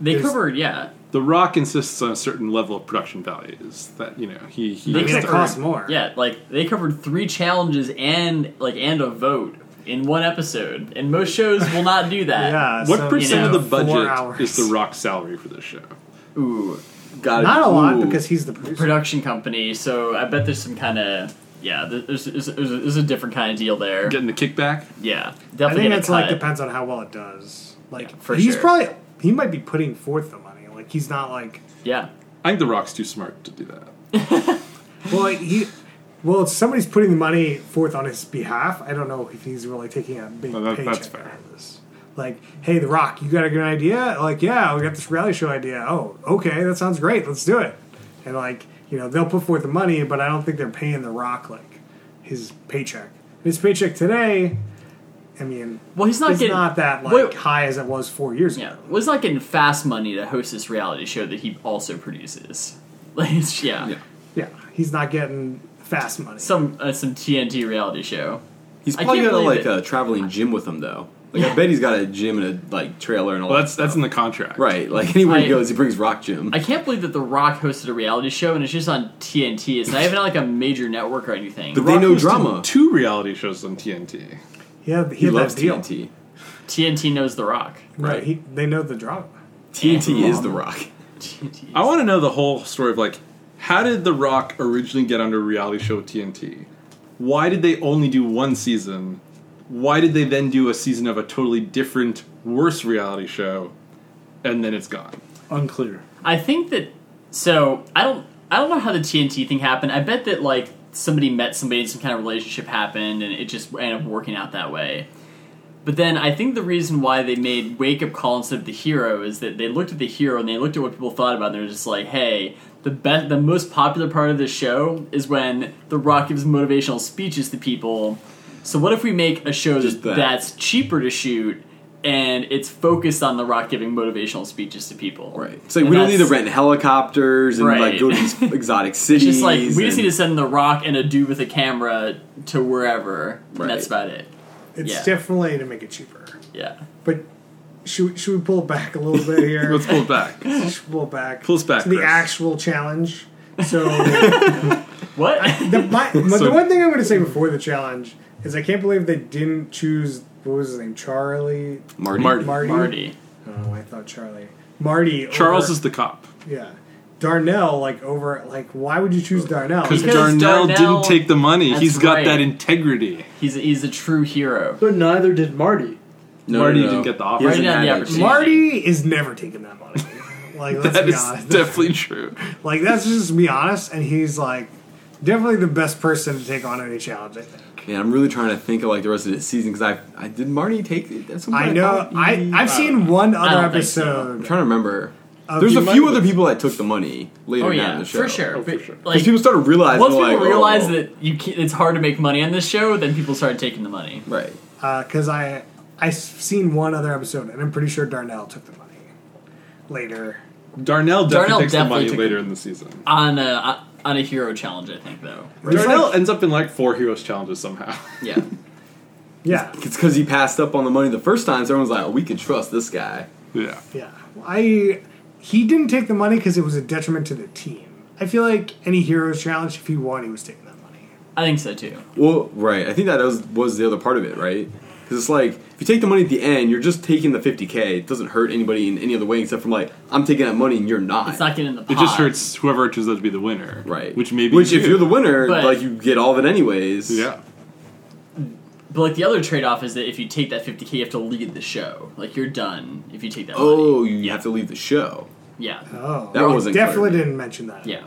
They
There's-
covered, yeah.
The Rock insists on a certain level of production values that you know he he.
They
It's gonna
covered-
cost more.
Yeah, like they covered three challenges and like and a vote in one episode, and most shows will not do that.
yeah.
What
so,
percent
you know,
of the
four
budget
hours.
is The Rock's salary for this show?
Ooh,
Got
Not a lot
Ooh.
because he's the producer.
production company. So I bet there's some kind of yeah. there- There's, there's, there's, a, there's a different kind of deal there.
Getting the kickback.
Yeah,
I
definitely.
think
get a
that's like
cut.
depends on how well it does. Like
Yeah, for
he's
sure.
probably he might be putting forth the money. Like he's not like
yeah.
I think The Rock's too smart to do that.
well he well somebody's putting the money forth on his behalf. I don't know if he's really taking a big
Well, that-
paycheck.
that's fair.
out of this. Like hey, The Rock, you got a good idea? Like yeah, we got this rally show idea. Oh okay, that sounds great. Let's do it. And like you know they'll put forth the money, but I don't think they're paying The Rock like his paycheck. His paycheck today. I mean,
Well, he's not
it's
getting
not that like
Wait-
high as it was four years ago.
Yeah, well, he's not getting fast money to host this reality show that he also produces. Like, it's- yeah,
Yeah.
Yeah, he's not getting fast money.
some uh, some TNT reality show.
He's
I
probably
can't
got a,
believe
like
it.
a traveling gym with him though. Like I bet he's got a gym and a like trailer and all
Well,
that.
that's that's in the contract,
Right, like anywhere
I-
he goes, he brings Rock Gym.
I can't believe that The Rock hosted a reality show and it's just on TNT. It's not even on, like a major network or anything.
But they know
hosted
drama.
Two reality shows on TNT.
he had, he
he
had
loves
that deal.
TNT.
TNT knows The Rock.
Right.
Right.
He, they know the drama.
TNT is the Rock.
TNT.
I want to know the whole story of like, how did The Rock originally get onto a reality show TNT? Why did they only do one season? Why did they then do a season of a totally different, worse reality show, and then it's gone?
Unclear.
I think that so I don't I don't know how the TNT thing happened. I bet that like somebody met somebody and some kind of relationship happened and it just ended up working out that way. But then I think the reason why they made Wake Up Call instead of the hero is that they looked at the hero and they looked at what people thought about it and they're just like, hey, the best the most popular part of this show is when the rock gives motivational speeches to people. So what if we make a show
Just
that.
that.
that's cheaper to shoot and it's focused on the rock giving motivational speeches to people.
Right. It's like
And
we don't need to
that's-
rent helicopters and
Right.
like go to these exotic
It's
cities.
just like we just
and-
need to send the rock and a dude with a camera to wherever. And
Right.
that's about it.
It's
Yeah.
definitely to make it cheaper.
Yeah.
But should, we- should we pull it back a little bit here?
Let's pull it back.
Should we pull it back.
Pull us back,
To the
Chris.
actual challenge. So the,
What?
my, my- the
So-
one thing I'm going to say before the challenge is I can't believe they didn't choose what was his name Charlie
Marty.
Marty.
Marty.
Marty.
Oh, I thought Charlie Marty.
Charles
over,
is the cop
yeah. Darnell like over like why would you choose Darnell?
because
Because
Darnell,
Darnell-
didn't take the money.
That's
He's got
right.
that integrity.
He's a, he's a true hero.
But neither did Marty.
No,
Marty
no, no.
didn't get the
He
offer.
Marty
hasn't
didn't
had
have the
it.
opportunity.
Marty is never taking that money. Like let's
That
be
is
honest.
definitely true.
Like that's just be honest, and he's like definitely the best person to take on any challenge. I, think.
Man, I'm really trying to think of like the rest of the season because I I did Marty take it at some point?
I know.
thought
I
he-
I've seen one other
uh, don't think so.
I'm
episode.
trying to remember.
of
There's a
the-
few other people that took the money later
Oh
on
yeah,
in the show.
for sure. But, Like
Because people started realizing
once people
like, oh,
realize that you can it's hard to make money on this show, then people started taking the money.
Right.
because uh, I I've seen one other episode, and I'm pretty sure Darnell took the money later.
Darnell definitely
Darnell
takes
definitely
the
took
money later
the-
in the season.
On a uh, on a hero challenge, I think though.
There's
Darnell
like-
ends up in like four heroes challenges somehow.
Yeah.
Yeah,
It's because he passed up on the money the first time, so everyone's like, oh, we can trust this guy.
yeah.
yeah. I he didn't take the money because it was a detriment to the team. I feel like any heroes challenge, if he won, he was taking that money.
I think so too.
Well, right. I think that was was the other part of it, right? Because it's like if you take the money at the end, you're just taking the 50k. It doesn't hurt anybody in any other way except from like I'm taking that money and you're not.
It's not getting in the pot.
It just hurts whoever it turns out to be the winner.
right.
Which maybe
which if you're the winner,
But-
like you get all of it anyways.
Yeah.
But like the other trade off is that if you take that 50k, you have to lead the show. Like you're done if you take that. money.
Oh, you have to leave the show.
yeah,
Oh,
That
I
wasn't
definitely
clear.
didn't mention that.
yeah.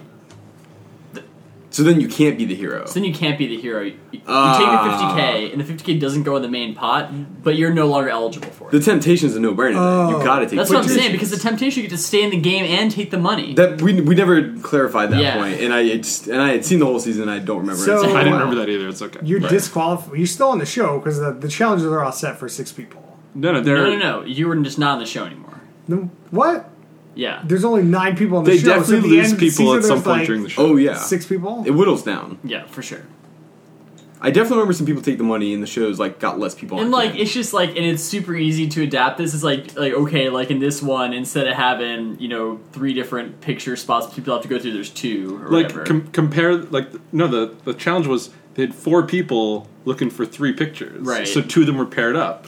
So then you can't be the hero.
So then you can't be the hero. You, you
Ah.
take the 50k, and the 50k doesn't go in the main pot, but you're no longer eligible for
the
it.
temptation's a no-brainer. then.
Oh.
You gotta take.
That's
the
what I'm saying
temptation.
because the temptation you get to stay in the game and take the money.
That we, we never clarified that
Yeah.
point, and I it's, and I had seen the whole season. and I don't remember.
So- uh,
it.
I
Wow.
didn't remember that either. It's okay.
You're
Right.
disqualified. You're still on the show because the, the challenges are all set for six people.
no, no, they're
no, no, no. You were just not on the show anymore.
The- What?
Yeah.
There's only nine people on the
They
show. so
definitely
the
lose
end
people
season,
at some
there's,
point
like,
during the show.
Oh yeah,
Six people.
It whittles down.
Yeah, for sure.
I definitely remember some people take the money, and the shows like got less people. on
And like
it.
it's just like and it's super easy to adapt. This is like like okay, like in this one, instead of having, you know, three different picture spots people have to go through, there's two or whatever.
like com- compare like no the the challenge was they had four people looking for three pictures
Right.
so two of them were paired up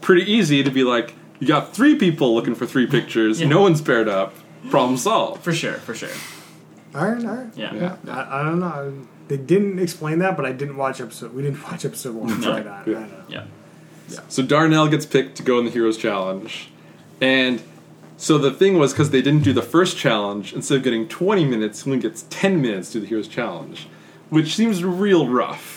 pretty easy to be like you got three people looking for three pictures
Yeah.
no one's paired up problem solved
for sure, for sure.
all right, all right.
Yeah.
yeah
I, I don't know. They didn't explain that, but I didn't watch episode. We didn't watch episode one.
No.
Sorry, I, I don't know.
Yeah.
so darnell gets picked to go in the heroes challenge and so the thing was because they didn't do the first challenge instead of getting 20 minutes someone gets 10 minutes to do the heroes challenge which seems real rough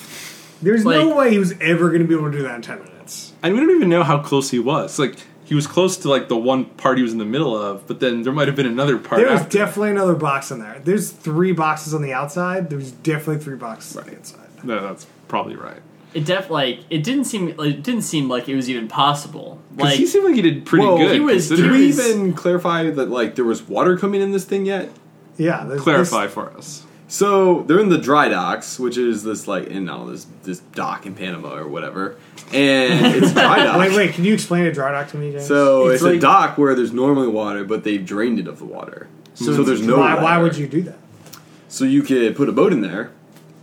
There's no
Like-
way he was ever going to be able to do that in ten minutes.
and we don't even know how close he was. Like he was close to like the one part he was in the middle of, but then there might have been another part.
There was
after.
definitely another box in there. There's three boxes on the outside. There's definitely three boxes on the inside.
no, that's probably right.
It def like it didn't seem like, it didn't seem like it was even possible.
'Cause
Like
he seemed like he did pretty
Whoa,
good.
he was-
considering-
Did we
There is-
even clarify that like there was water coming in this thing yet?
Yeah. There's,
clarify for us.
So they're in the dry docks, which is this like in all this this dock in Panama or whatever, and it's dry dock.
There's, wait, wait. Can you explain a dry dock to me, James?
So
It's
it's, a
like-
dock where there's normally water, but they've drained it of the water. So,
it's
there's no.
why, why
water.
would you do that?
So you could put a boat in there,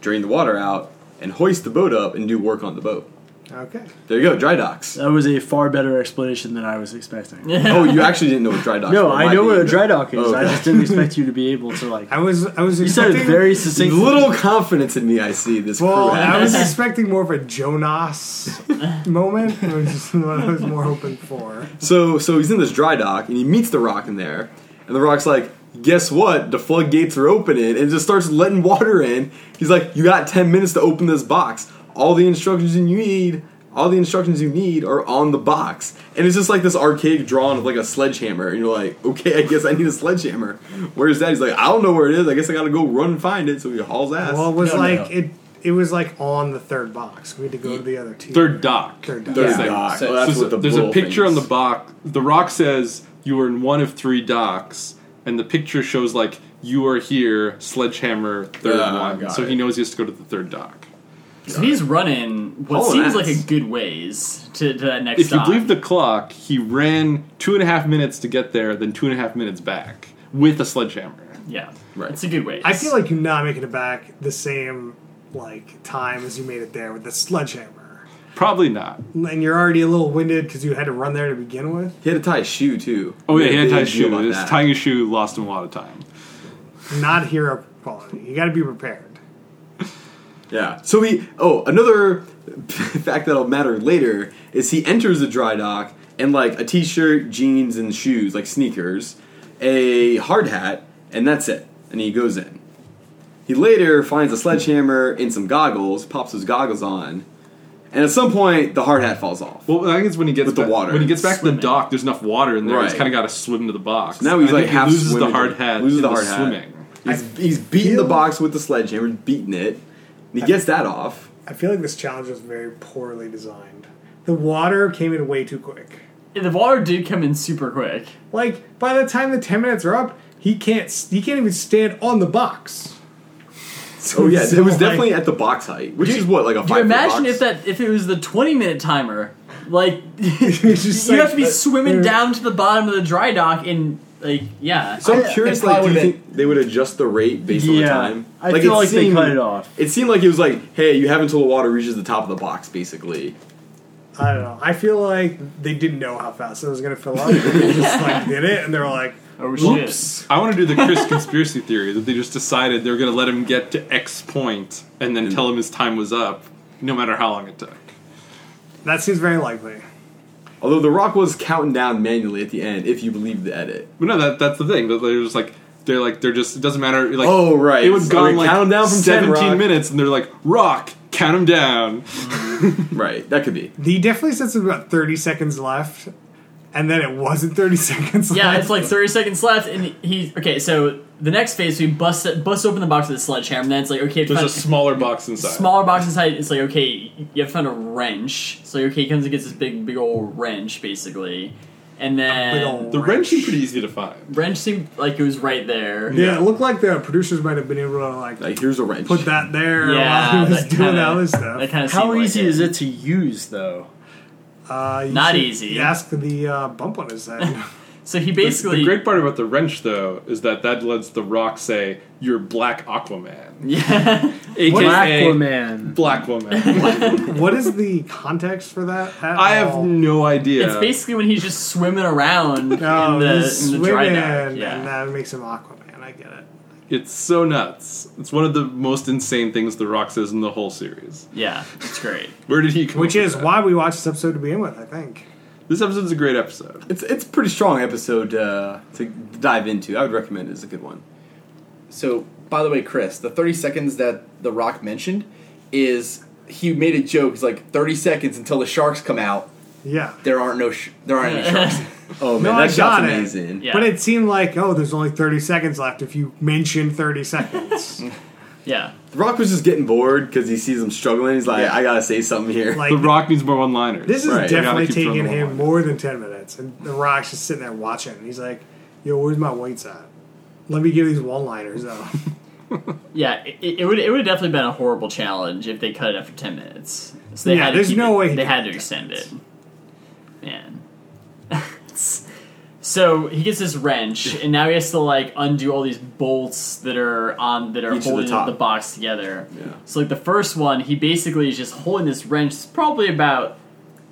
drain the water out, and hoist the boat up and do work on the boat.
Okay.
There you go, dry docks.
That was a far better explanation than I was expecting.
oh, you actually didn't know what dry docks.
No,
were.
I
My
know what a
bad.
dry dock is.
Oh,
I
okay.
just didn't expect you to be able to like.
I was I was
You said
expecting
it very succinctly.
Little confidence in me, I see this
well.
crew.
I
has.
was expecting more of a Jonas moment, which is what I was more hoping for.
So so he's in this dry dock and he meets the rock in there, and the rock's like, guess what? The floodgates are opening, and just starts letting water in. He's like, you got ten minutes to open this box. All the instructions you need, all the instructions you need are on the box. And it's just like this archaic drawing of like a sledgehammer, and you're like, okay, I guess I need a sledgehammer. Where's that? He's like, I don't know where it is. I guess I gotta go run and find it. So he hauls ass.
Well, it was
No, no,
like
no.
it. It was like on the third box. We had to go to the other two.
Third dock.
Third dock.
Third
Thing.
dock.
So-
Well, that's
So
what the
there's a
bull
picture on
thinks.
the box. The rock says you were in one of three docks, and the picture shows like you are here, sledgehammer third
Ah,
one.
got
so he
it.
knows he has to go to the third dock.
so he's running what
Oh,
seems
that's-
like a good ways to, to that next
If you
stop.
believe the clock, he ran two and a half minutes to get there, then two and a half minutes back with a sledgehammer.
yeah.
Right.
It's a good ways.
I feel like you're not making it back the same like time as you made it there with the sledgehammer,
Probably not.
and you're already a little winded because you had to run there to begin with.
He had to tie his shoe too.
Oh yeah, he had
Big
tie
deal
shoe.
about
His
that.
tying his shoe lost him a lot of time.
Not hero quality. You got to be prepared.
Yeah. So he. Oh, another fact that'll matter later is he enters the dry dock in like a t-shirt, jeans, and shoes, like sneakers, a hard hat, and that's it. And he goes in. He later finds a sledgehammer and some goggles, pops his goggles on, and at some point the hard hat falls off.
Well, I think it's when he gets
With the
back-
water.
When he gets back to the
Swimming.
dock, there's enough water in there. He's
Right.
kind of got to swim to the box.
Now he's
I think
like half
he loses the
swimming-
hard hat.
loses
in
the hard hat.
swimming.
He's, he's beating the
feel-
box with the sledgehammer, beating it, and he gets that off.
I feel like this challenge was very poorly designed. The water came in way too quick.
the water did come in super quick.
Like by the time the ten minutes are up, he can't. He can't even stand on the box. So
Oh yeah,
so,
it was
like,
definitely at the box height, which is what like a
Do you
five. foot
imagine
box?
if that if it was the twenty minute timer? Like you
It's just like uh,
have to be
that-
swimming down to the bottom of the dry dock and like yeah.
So I'm
I-
curious,
it
like, do
probably
you
would've
think they would adjust the rate based on the
Yeah,
time?
I feel like they cut it off.
It seemed like it was like, hey, you have until the water reaches the top of the box, basically.
I don't know. I feel like they didn't know how fast it was going to fill up. they just like did it, and they were like,
Oh shit.
"Whoops!"
I want to do the Chris conspiracy theory that they just decided they were going to let him get to X point and then tell him his time was up, no matter how long it took.
That seems very likely.
Although The Rock was counting down manually at the end, if you believe the edit.
But no, that that's the thing. That they're just like they're like they're just it doesn't matter. Like
Oh, right.
it would
So
gone
they
like
count him down from 10,
seventeen
Rock.
minutes, and they're like rock count him down.
Right, that could be.
He definitely said something about thirty seconds left, and then it wasn't thirty seconds.
Yeah,
left.
it's like thirty seconds left, and he okay. So the next phase, we bust it, bust open the box with a sledgehammer. And then it's like okay,
There's
find-
a smaller box inside.
smaller box inside. It's like okay, you have to find a wrench. So okay, he comes and gets this big, big old wrench, basically. and
Big
then
ol'
The wrench seemed pretty easy to find.
wrench seemed like it was right there.
Yeah, it looked like the producers might have been able to like
Like here's a wrench.
put that there
Yeah,
while he was
that
doing
kinda-
all this stuff.
That kind of
How easy is it to use, though?
uh, you
Not
should
easy.
Ask the uh, bump on his head.
So he
The-
basically
the great part about the wrench, though, is that that lets the Rock say, "You're Black Aquaman."
yeah.
AKA
Aquaman.
Black woman.
what is the context for that? at
I have
all?
no idea.
It's basically when he's just swimming around
No,
in, the,
Oh, he's
in the dry
swimming,
dock.
and
Yeah.
that makes him Aquaman. I get it.
It's so nuts. It's one of the most insane things The Rock says in the whole series.
yeah, it's great.
Where did he come
Which
up with
is
that?
why we watched this episode to begin with. I think.
This episode's a great episode.
It's it's a pretty strong episode uh, to dive into. I would recommend it as a good one.
So, by the way, Chris, the 30 seconds that The Rock mentioned is he made a joke. He's like 30 seconds until the sharks come out.
Yeah.
There aren't no sh- there aren't any sharks.
Oh man,
No, I
that shot's
got it.
amazing.
Yeah.
But it seemed like, oh, there's only 30 seconds left if you mention 30 seconds.
Yeah.
The Rock was just getting bored because he sees him struggling. He's like,
Yeah.
I gotta say something here.
like,
The Rock needs more one-liners.
this is
Right, I gotta
definitely
keep throwing
taking
the
him
ball.
more than 10 minutes. And The Rock's just sitting there watching. And he's like, yo, where's my weights at? Let me give these one liners, though.
Yeah, it, it would it would have definitely been a horrible challenge if they cut it up for ten minutes. So they
Yeah,
had to
there's
keep
no
it-
way he
they
did
had to extend it. Man, so he gets this wrench, and now he has to like undo all these bolts that are on that are
Each of the
holding
top.
the box together.
Yeah.
So like the first one, he basically is just holding this wrench, it's probably about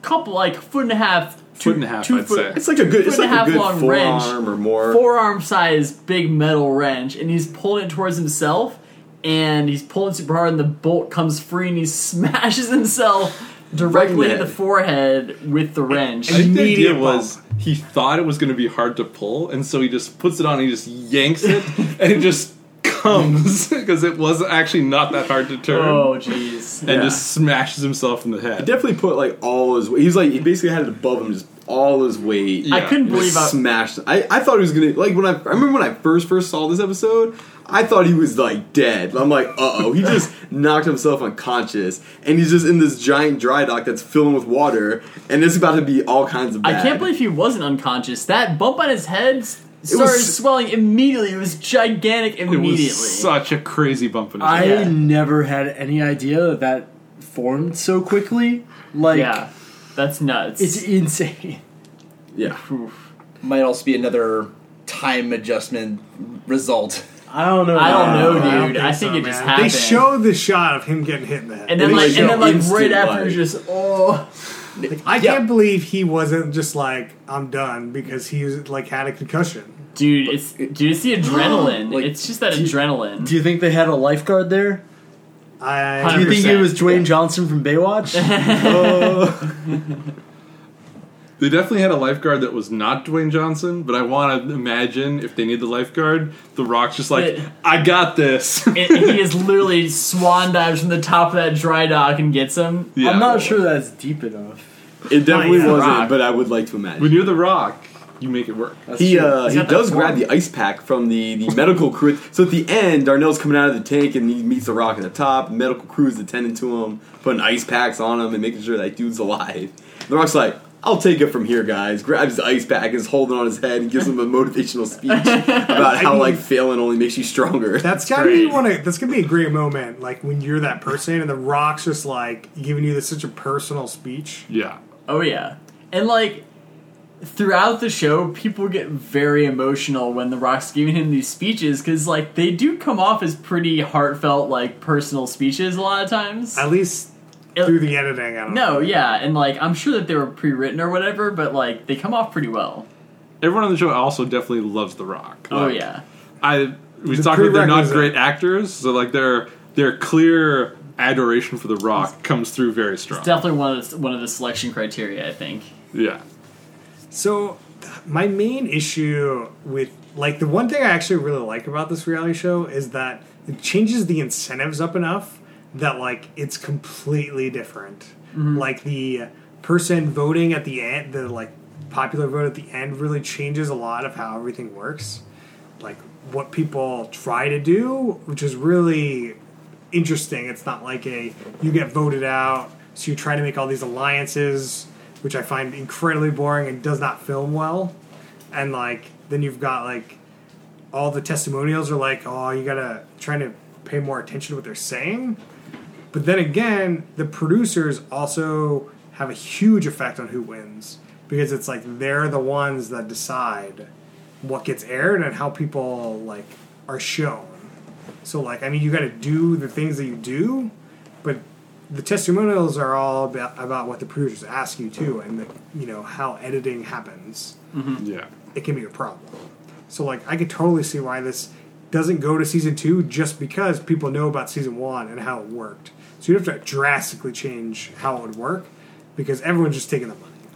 couple like foot and a half, two,
Foot and a half,
two
I'd
foot,
say.
It's like a good, it's
Foot and
like
a half
a good
long
forearm
wrench.
or more.
forearm size big metal wrench and he's pulling it towards himself and he's pulling super hard and the bolt comes free and he smashes himself directly in the
Forehead.
forehead with the wrench.
I think the idea
Immediate
was he thought it was going to be hard to pull, and so he just puts it on and he just yanks it, and it just comes because it was actually not that hard to turn,
Oh jeez.
and just smashes himself in the head.
Definitely put like all his. weight. He was like he basically had it above him, just all his weight.
I
yeah.
couldn't
And just
believe I
smashed. I, I thought he was gonna like when I, I remember when I first first saw this episode. I thought he was like dead. I'm like, uh oh, he just knocked himself unconscious, and he's just in this giant dry dock that's filling with water, and it's about to be all kinds of.
I
Bad.
can't believe he wasn't unconscious. That bump on his head s- started
was-
swelling immediately. It was gigantic
It
immediately.
was such a crazy bump in his
I
head.
Yeah.
never had any idea that that formed so quickly. Like,
yeah. That's nuts.
it's insane.
Yeah,
Might also be another time adjustment result.
I don't know.
I don't
man.
know, dude.
don't
I think, it just
man.
happened.
They showed the shot of him getting hit in the head.
and then
They
like and
show
then like right
instant
after it was
light.
just oh
I
Yeah.
can't believe he wasn't just like, I'm done because he was, like had a concussion.
Dude, it's dude, it's the adrenaline.
Like,
it's just that adrenaline.
Do you think they had a lifeguard there? Do
I,
you think it
100%.
was Dwayne Johnson from Baywatch?
They definitely had a lifeguard that was not Dwayne Johnson, but I want to imagine if they need the lifeguard, The Rock's just like,
Yeah.
I got this.
And- and he is literally swan dives from the top of that dry dock and gets him.
Yeah.
I'm not sure that's deep enough.
it definitely
yeah.
wasn't,
Rock.
but I would like to imagine.
When you're The Rock, you make it work.
He uh,
He's
he
got that
does grab
form.
the ice pack from the, the medical crew. So at the end, Darnell's coming out of the tank and he meets the Rock at the top. Medical crew's attending to him, putting ice packs on him and making sure that dude's alive. The Rock's like, "I'll take it from here, guys." Grabs his ice pack, is holding on his head, and gives him a motivational speech about how like failing only makes you stronger.
that's gotta be
great.
one of that's gonna be a great moment, like when you're that person and the rock's just like giving you this such a personal speech.
Yeah.
Oh yeah. And like throughout the show, people get very emotional when The Rock's giving him these speeches because like they do come off as pretty heartfelt, like personal speeches a lot of times.
At least
It-
through the editing, I don't know.
no, yeah, and like I'm sure that they were pre-written or whatever, but like they come off pretty well.
Everyone on the show also definitely loves The Rock.
Oh
Like,
yeah,
I we
The
talked about they're not
prerequisite.
great actors, so like their their clear adoration for The Rock comes through very strong.
definitely one of the, one of the selection criteria, I think.
yeah,
So, th- my main issue with like the one thing I actually really like about this reality show is that it changes the incentives up enough that like it's completely different. Like the person voting at the end, the like popular vote at the end really changes a lot of how everything works. Like what people try to do, which is really interesting. It's not like a you get voted out, so you try to make all these alliances which I find incredibly boring and does not film well. And like then you've got like all the testimonials are like, oh, you gotta trying to pay more attention to what they're saying. But then again, the producers also have a huge effect on who wins because it's like they're the ones that decide what gets aired and how people like are shown. So like, I mean, you got to do the things that you do, but the testimonials are all about, about what the producers ask you to, and the, you know how editing happens.
Yeah.
It can be a problem. So like, I could totally see why this doesn't go to season two just because people know about season one and how it worked. So you'd have to drastically change how it would work because everyone's just taking the money, as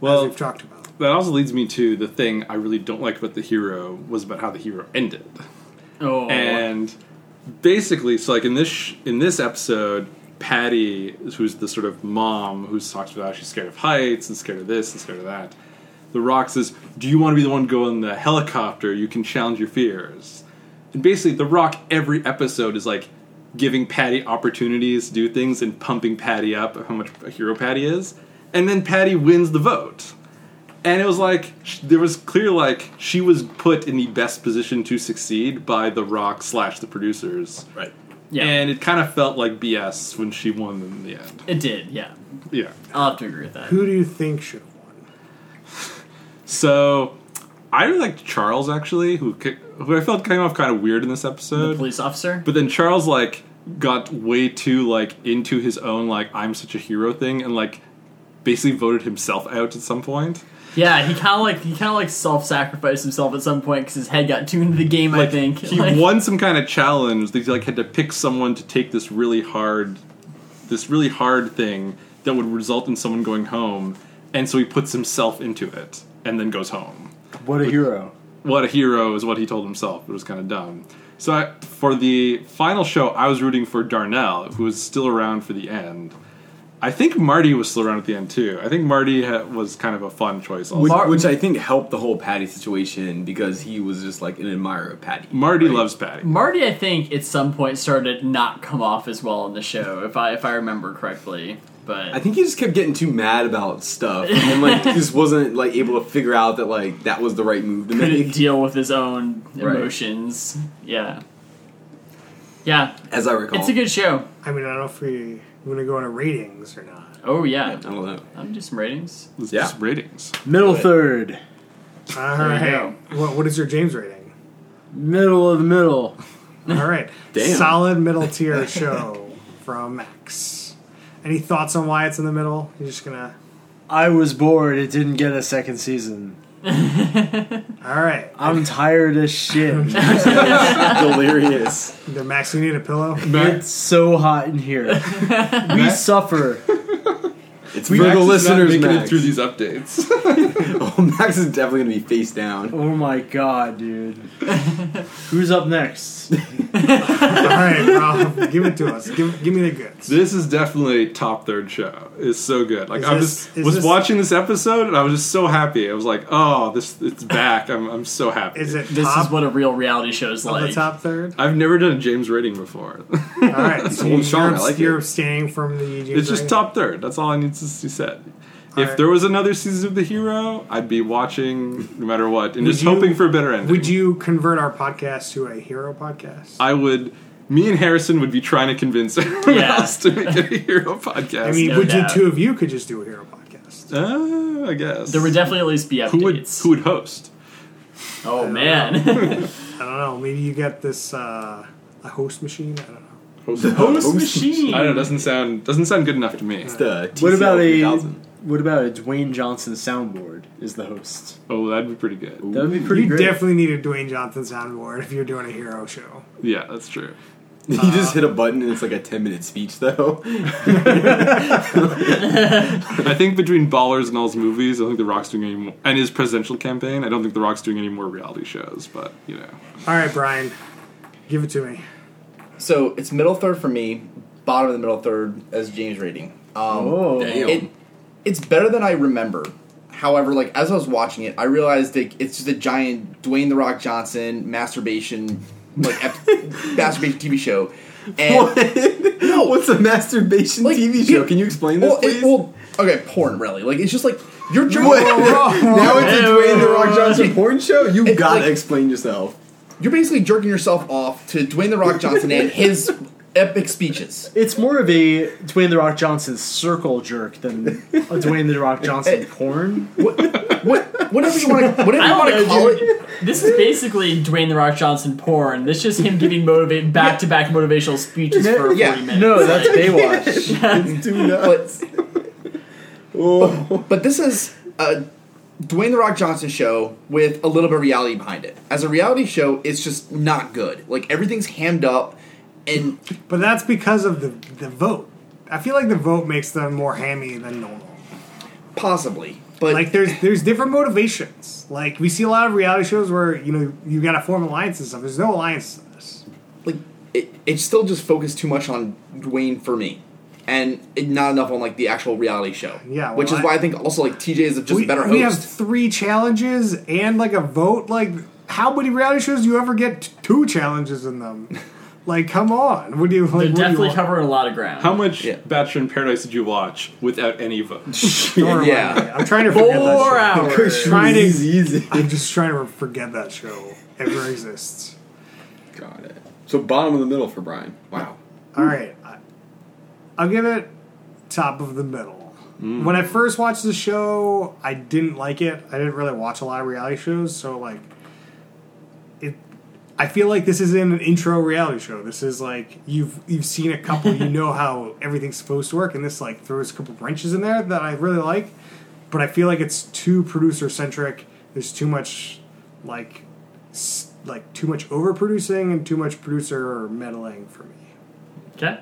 Well,
we've talked about.
that also leads me to the thing I really don't like about the hero was about how the hero ended.
Oh,
and basically so like in this sh- in this episode patty who's the sort of mom who talks about how she's scared of heights and scared of this and scared of that the rock says do you want to be the one to go in the helicopter you can challenge your fears and basically the rock every episode is like giving patty opportunities to do things and pumping patty up of how much a hero patty is and then patty wins the vote and it was like sh- there was clear like she was put in the best position to succeed by the rock slash the producers
Right.
yeah,
and it kind of felt like bs when she won in the end
it did. Yeah,
yeah
I'll have to agree with that.
Who do you think should have won?
so i really liked charles actually who ki- who i felt came off kind of weird in this
the
episode
police officer.
but then charles like got way too like into his own like i'm such a hero thing and like basically voted himself out at some point
Yeah, he kind of like he kind of like self-sacrificed himself at some point because his head got too into the game. I
Like,
think
he
Like,
won some kind of challenge. They like had to pick someone to take this really hard, this really hard thing that would result in someone going home, and so he puts himself into it and then goes home.
What a hero.
What a hero is what he told himself. It was kind of dumb. So I, for the final show, I was rooting for Darnell, who was still around for the end. I think Marty was still around at the end too. I think Marty ha- was kind of a fun choice. Also.
Which, which I think helped the whole Patty situation because he was just like an admirer of Patty.
Marty loves Patty.
Marty, I think at some point started to not come off as well in the show, if I if I remember correctly. But
I think he just kept getting too mad about stuff, and like he just wasn't like able to figure out that like that was the right move to
couldn't
make.
deal with his own
Right.
emotions. Yeah, yeah,
As I recall,
it's a good show.
I mean, I don't know if we want to go into ratings or not.
Oh yeah,
I don't know.
I'm just some ratings.
It's
Yeah.
just ratings.
Middle
Good.
third.
All
There you
right. What, what is your James rating?
Middle of the middle.
All right.
Damn.
Solid middle tier show from Max. Any thoughts on why it's in the middle? You're just gonna.
I was bored. It didn't get a second season.
All right.
I'm tired as shit.
Delirious.
The Max, you need a pillow.
it's so hot in here. We suffer.
It's for the listeners,
not making
Max.
it through these updates.
oh, Max is definitely gonna be face down.
Oh my god, dude. Who's up next?
All right, Rob. Give it to us. Give, give me the goods.
This is definitely top third show. It's so good. Like
Is
I
this-
was
is
was
this-
watching this episode and I was just so happy. I was like, oh, this it's back. I'm I'm so happy.
Is it
This
top
is what a real reality show is
of
like.
the top third?
I've never done a James rating before.
All right. So
Well,
you're,
Sean, I like it.
you're abstaining from the. E James
it's just
rating?
top third. That's all I need to be said. if
right.
there was another season of the hero, I'd be watching no matter what, and just
you-
hoping for a better ending.
Would you convert our podcast to a hero podcast?
I would. Me and Harrison would be trying to convince everyone
Yeah.
else to make it a hero podcast.
I mean,
no
would
doubt.
you two of you could just do a hero podcast?
uh, I guess
there would definitely at least be updates.
who would who would host?
oh man,
I don't know. Maybe you get this uh, a host machine. I don't know.
host machine.
I don't know. Doesn't sound doesn't sound good enough to me.
The
What
TCL
about a
3000.
what about a Dwayne Johnson soundboard is the host?
Oh, that'd be pretty good.
That would be pretty
you
great.
definitely need a Dwayne Johnson soundboard if you're doing a hero show.
Yeah, that's true.
You just hit a button and it's like a ten minute speech though.
I think between Ballers and all his movies, I don't think The Rock's doing any more, and his presidential campaign, I don't think The Rock's doing any more reality shows. But you know,
All right, Brian, give it to me.
So it's middle third for me, bottom of the middle third as James rating. Um,
Oh,
Damn.
it it's better than I remember. However, like as I was watching it, I realized like it's just a giant Dwayne the Rock Johnson masturbation like ep- masturbation TV show. And
What? What's a masturbation
Like,
TV
you-
show? Can you explain this,
well, it-
please?
well, okay, porn really. Like it's just like you're drinking.
now it's a Dwayne the Rock Johnson porn show. You
It's
gotta
like-
explain yourself.
You're basically jerking yourself off to Dwayne the Rock Johnson and his epic speeches.
It's more of a Dwayne the Rock Johnson circle jerk than a Dwayne the Rock Johnson porn.
What, whatever you want to, whatever
I
you want to
don't
call
know,
it.
dude. This is basically Dwayne the Rock Johnson porn. This is just him giving motivate back to back motivational speeches for
Yeah.
forty minutes.
No, Oh, that's Baywatch.
But, but but this is a Dwayne the Rock Johnson show with a little bit of reality behind it. As a reality show, it's just not good. Like everything's hammed up, and
But that's because of the the vote. I feel like the vote makes them more hammy than normal.
possibly, but
Like there's there's different motivations. Like we see a lot of reality shows where you know you got to form alliances and stuff. There's no alliance to this.
like it, it's still just focused too much on Dwayne for me, and it, not enough on like the actual reality show.
Yeah, well,
which is
I-
why I think also like TJ is just
we,
a better host.
we have three challenges and like a vote. Like how many reality shows do you ever get t- two challenges in them? like come on, what do you? Like,
They're
what do you
definitely
want?
covering a lot of ground.
How much
Yeah.
Bachelor in Paradise did you watch without any votes?
Don't remind
Yeah.
me. I'm trying to forget that.
Four
show.
hours.
Trying to-
easy, easy.
I'm just trying to forget that show ever exists.
Got it.
So bottom of the middle for Brian. Wow.
All right, I, I'll give it top of the middle. When I first watched the show, I didn't like it. I didn't really watch a lot of reality shows, so like it. I feel like this isn't an intro reality show. This is like you've you've seen a couple, you know how everything's supposed to work, and this like throws a couple wrenches in there that I really like. But I feel like it's too producer centric. There's too much like s- like too much overproducing and too much producer meddling for me.
Okay.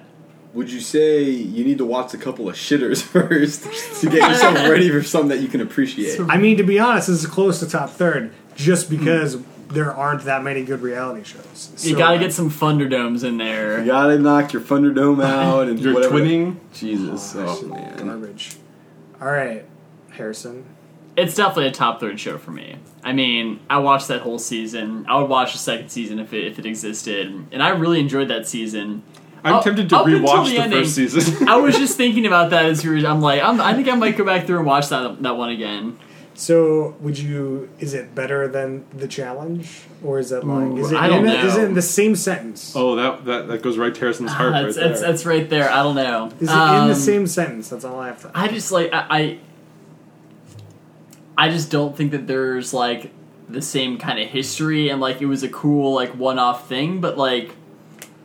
Would you say you need to watch a couple of shitters first to get yourself ready for something that you can appreciate?
I mean, to be honest, this is close to top third just because there aren't that many good reality shows.
Hmm. You
So, uh,
gotta get some Thunderdomes in there.
You gotta knock your Thunderdome out and
You're
whatever.
twinning?
Jesus, oh, man.
garbage. All right, Harrison.
It's definitely a top third show for me. I mean, I watched that whole season. I would watch the second season if it, if it existed, and I really enjoyed that season.
I'm
Up-
tempted to
up until
rewatch
the
the
ending.
first season.
I was just thinking about that as we were. I'm like, I'm, I think I might go back through and watch that that one again.
So, would you? Is it better than the challenge, or is that like? is it
I
in
don't
a- Is
know.
it in the same sentence?
oh, that, that that goes right to Harrison's heart
That's
right there.
that's, that's right there. I don't know.
Is it in
Um,
the same sentence? That's all I have to.
I just like I, I, I just don't think that there's like the same kind of history and like it was a cool like one-off thing, but like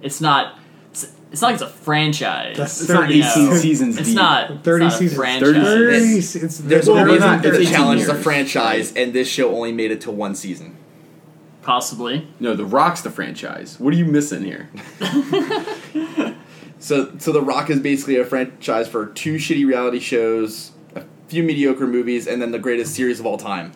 it's not. It's, it's not like it's a franchise.
That's
it's
not
not, you
18
know,
seasons
It's
deep.
not
Thirty
it's not a
seasons.
franchise.
30
Thirty. It's,
It's-
it's,
There's no
Well,
reason
not-
that the
it's 18
challenge is a
years.
franchise, and this show only made it to one season.
Possibly.
No, The Rock's the franchise. What are you missing here?
So, so The Rock is basically a franchise for two shitty reality shows, a few mediocre movies, and then the greatest series of all time,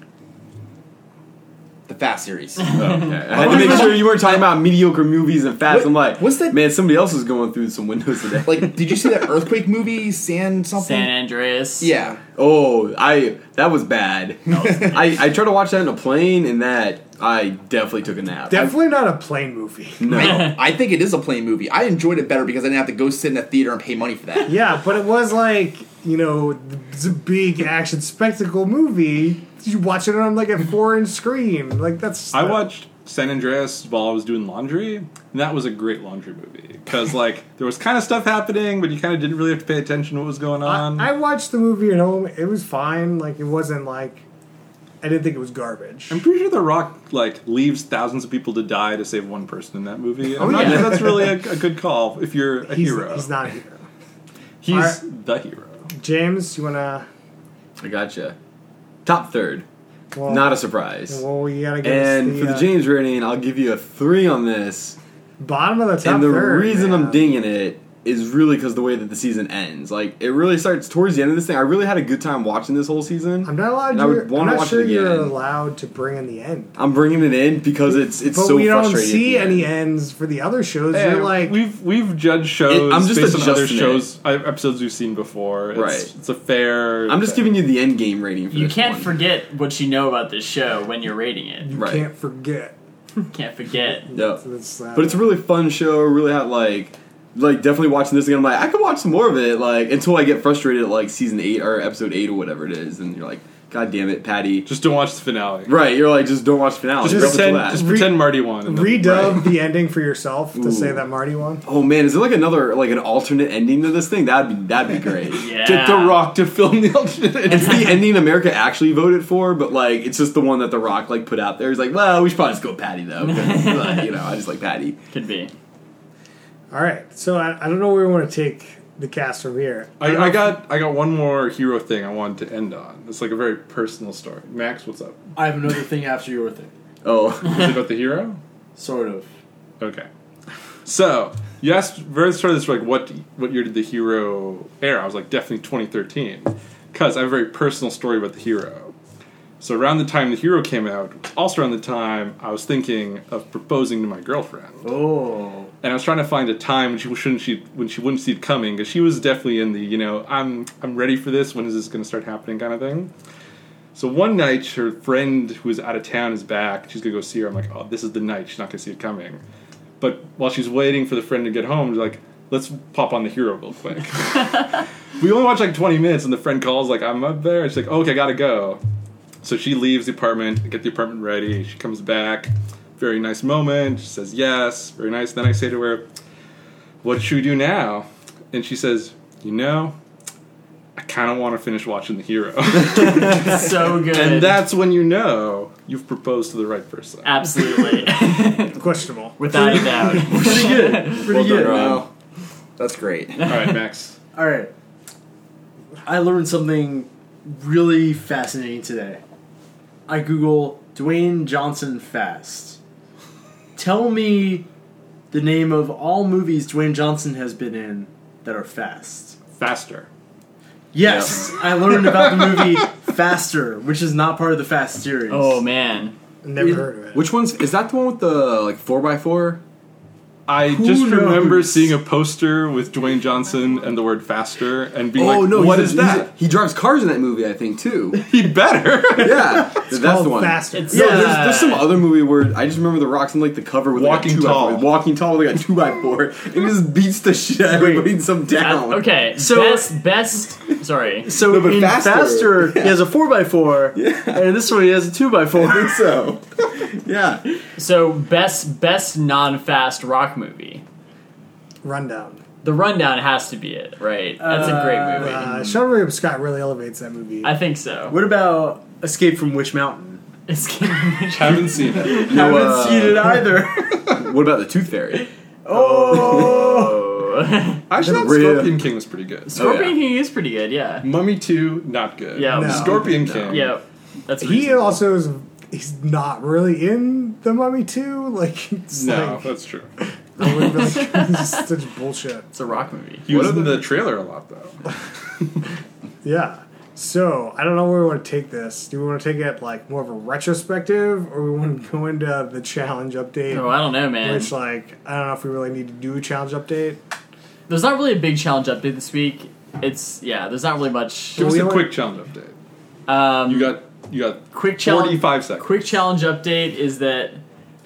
the Fast series.
Okay. I had to make sure you weren't talking about mediocre movies and fast.
What-
I'm like,
what's that-
Man, somebody else is going through some windows today.
like, did you see that earthquake movie, Sand something?
San Andreas.
yeah,
oh, I that was bad. I I tried to watch that in a plane, and that I definitely took a nap.
definitely not a plane movie.
no,
I think it is a plain movie. I enjoyed it better because I didn't have to go sit in a theater and pay money for that.
Yeah, but it was like you know, it's a big action spectacle movie. You watch it on like a four-inch screen, like that's.
I watched San Andreas while I was doing laundry, and that was a great laundry movie because like there was kind of stuff happening, but you kind of didn't really have to pay attention to what was going
um,
on.
I, I watched the movie at home. It was fine. Like it wasn't like I didn't think it was garbage.
am pretty sure The Rock like leaves thousands of people to die to save one person in that movie. I'm
Oh,
not
yeah.
sure that's really a, a good call if you're a
he's,
hero.
he's not a hero.
He's the hero.
James, you wanna?
I gotcha. Top third,
Well,
not a surprise.
Well, we gotta get
And
us
for the
uh,
James rating, I'll give you a three on this.
bottom of the top.
and the
third,
reason
man.
I'm dinging it is really because the way that the season ends. Like, it really starts towards the end of this thing. I really had a good time watching this whole season.
I'm not allowed.
And I
you-
would
I'm
wanna
not
watch it
sure you're
again.
allowed to bring in the end.
I'm bringing it in because it's it's
but
so
we don't
frustrating.
see
at the
any
end.
ends for the other shows.
Eh,
you're like,
we've we've judged shows
It- I'm just
based on other
adjusting it.
shows uh, episodes we've seen before. It's,
Right.
it's a fair.
I'm just giving you the end game rating. For
You
this
can't
one.
forget what you know about this show when you're rating it.
you
right.
can't forget.
Can't forget.
No.
So that's, uh,
But it's a really fun show. Really had like like definitely watching this again. I'm like, I could watch some more of it, like until I get frustrated at like season eight or episode eight or whatever it is, and you're like, God damn it, Patty.
Just don't watch the finale.
right, you're like, just don't watch the finale.
Just
You're up until
pretend,
that.
just
Re-
pretend Marty won. and then-
Redub the ending for yourself to say that Marty won.
oh man, is there like another like an alternate ending to this thing? That'd be that'd be great.
Yeah.
Get The Rock to film the alternate.
It's the ending America actually voted for, but like it's just the one that The Rock like put out there. He's like, well, we should probably just go Patty though. 'cause, like, you know, I just like Patty.
Could be.
All right, so I, I don't know where we want to take the cast from here.
I, I got I got one more hero thing I wanted to end on. It's like a very personal story. Max, what's up?
I have another thing after your thing.
Oh,
Is it about the hero?
Sort of.
Okay. So you asked very started this like what what year did the hero air? I was like definitely 2013 because I have a very personal story about the hero. So around the time the hero came out, also around the time I was thinking of proposing to my girlfriend.
Oh.
and I was trying to find a time when she shouldn't she when she wouldn't see it coming because she was definitely in the you know I'm I'm ready for this when is this going to start happening kind of thing. So one night her friend who is out of town is back. She's gonna go see her. I'm like, oh, this is the night. She's not gonna see it coming. But while she's waiting for the friend to get home, she's like, let's pop on the hero real quick. we only watch like 20 minutes, and the friend calls like, I'm up there. She's like, okay, I gotta go. So she leaves the apartment, I get the apartment ready. She comes back. Very nice moment. She says yes. Very nice. Then I say to her, "What should we do now?" And she says, "You know, I kind of want to finish watching The Hero."
So good.
and that's when you know you've proposed to the right person.
Ah. absolutely
Questionable.
without a doubt.
Pretty good. Pretty
well done,
good.
Ryan.
Um, That's great.
All right, Max.
All right. I learned something really fascinating today. I Google Dwayne Johnson Fast. Tell me the name of all movies Dwayne Johnson has been in that are fast.
Faster.
Yes, I learned about the movie Faster, which is not part of the Fast series.
Oh man,
Never
It-
heard of it.
Which one's is that the one with the like four x four?
I just remember
knows?
seeing a poster with Dwayne Johnson and the word "faster" and being
oh
like,
no,
"What
he's
is
a- he's a-
that?"
he drives cars in that movie, I think too.
He better.
Yeah, that's the
Called
one.
Faster.
it's
No,
uh,
there's, there's some other movie where I just remember the rocks and like the cover with
Walking
like a two
Tall.
By four, walking tall with like a two by four, and just beats the shit out of everybody and some down.
okay.
So-
So best, best. Sorry,
So
No, but
in
Faster-
Faster, he has a 4x4, and in this one he has a 2x4.
think so. yeah,
so best, best non-fast rock movie.
Rundown.
The Rundown has to be it, right? That's a great movie.
Uh, Sean William Scott really elevates that movie.
I think so.
What about Escape from Witch Mountain?
It's getting-
Haven't seen it.
No,
haven't
uh,
seen it either.
What about the Tooth Fairy?
oh,
Actually, that
Really?
Scorpion King was pretty good.
Scorpion
yeah.
King is pretty good. Yeah,
Mummy Two, not good.
Yeah. No.
Scorpion King.
yeah. That's
he uh,
reasonable.
also is. He's not really in the Mummy Two. Like it's
No,
like,
that's true.
I would've been like, this is such bullshit.
It's a rock movie.
He was in the trailer a lot though.
Yeah. So I don't know where we want to take this. Do we want to take it like more of a retrospective, or we want to go into the challenge update?
Oh, I don't know, man.
Which like I don't know if we really need to do a challenge update.
There's not really a big challenge update this week. It's yeah. There's not really much.
Give us
we
a
were-
quick challenge update.
Um,
You got you got
quick challenge.
forty five seconds.
Quick challenge update is that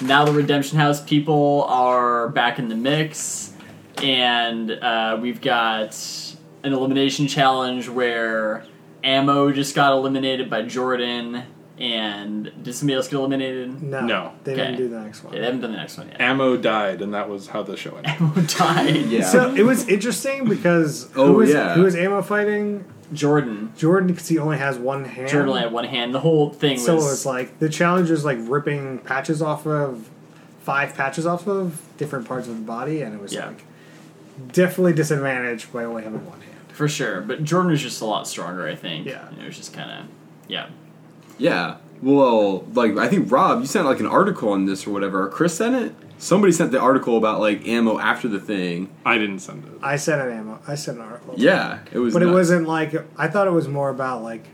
now the Redemption House people are back in the mix, and uh, we've got an elimination challenge where Ammo just got eliminated by Jordan, and did somebody else get eliminated?
No,
No.
they
Okay.
didn't do the next one.
Yeah, they haven't done the next one yet.
Ammo died, and that was how the show ended.
Ammo died.
Yeah.
So it was interesting because
Oh,
who was
yeah.
who was Ammo fighting?
Jordan.
Jordan because he only has one hand.
Jordan only had one hand. The whole thing
so
was.
it's like the challenge is like ripping patches off of five patches off of different parts of the body, and it was
Yeah.
like definitely disadvantaged by only having one hand.
For sure, but Jordan was just a lot stronger, I think.
Yeah.
And it was just kind of, yeah.
yeah. Well, like I think Rob, you sent like an article on this or whatever. Or Chris sent it. Somebody sent the article about like ammo after the thing.
I didn't send it.
I sent an ammo. I sent an article.
Yeah, it was.
but it
nuts.
wasn't like I thought it was more about like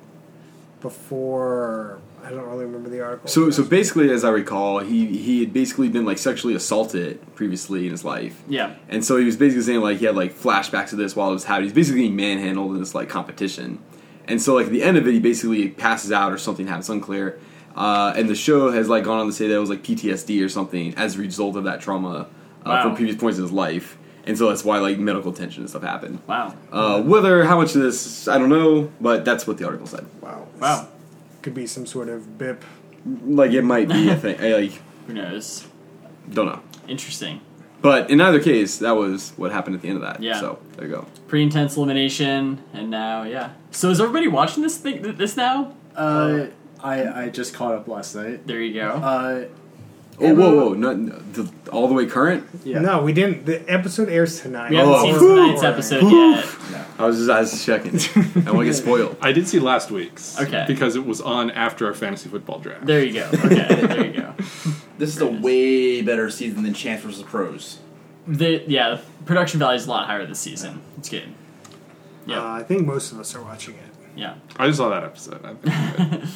before. I don't really remember the article.
So, so basically, as I recall, he he had basically been like sexually assaulted previously in his life.
Yeah.
And so he was basically saying like he had like flashbacks of this while it was happening. He's basically getting manhandled in this like competition. And so like at the end of it, he basically passes out or something happens unclear. Uh, and the show has like gone on to say that it was like PTSD or something as a result of that trauma uh,
Wow.
from previous points in his life. and so that's why like medical attention and stuff happened.
Wow.
Uh, whether how much of this I don't know, but that's what the article said.
Wow. This
Wow.
Could be some sort of bip.
Like it might be a thing. I like
Who knows?
don't know.
Interesting.
But in either case, that was what happened at the end of that.
Yeah.
So there you go.
Pretty intense elimination, and now yeah. So is everybody watching this thing? th- This now?
Uh, I I just caught up last night.
There you go.
Uh,
Oh whoa whoa! No, no, the, all the way current.
yeah.
No, we didn't. The episode airs tonight. Uh,
we haven't
oh,
seen
whew.
tonight's episode yet.
I was just I was just checking. I want to get spoiled.
I did see last week's.
Okay.
Because it was on after our fantasy football draft.
There you go. Okay, there you go.
This is a way better season than Chance versus Pros.
The yeah, the production value is a lot higher this season. It's good. Yeah,
Uh, I think most of us are watching it.
yeah.
I just saw that episode. I, think I'm good.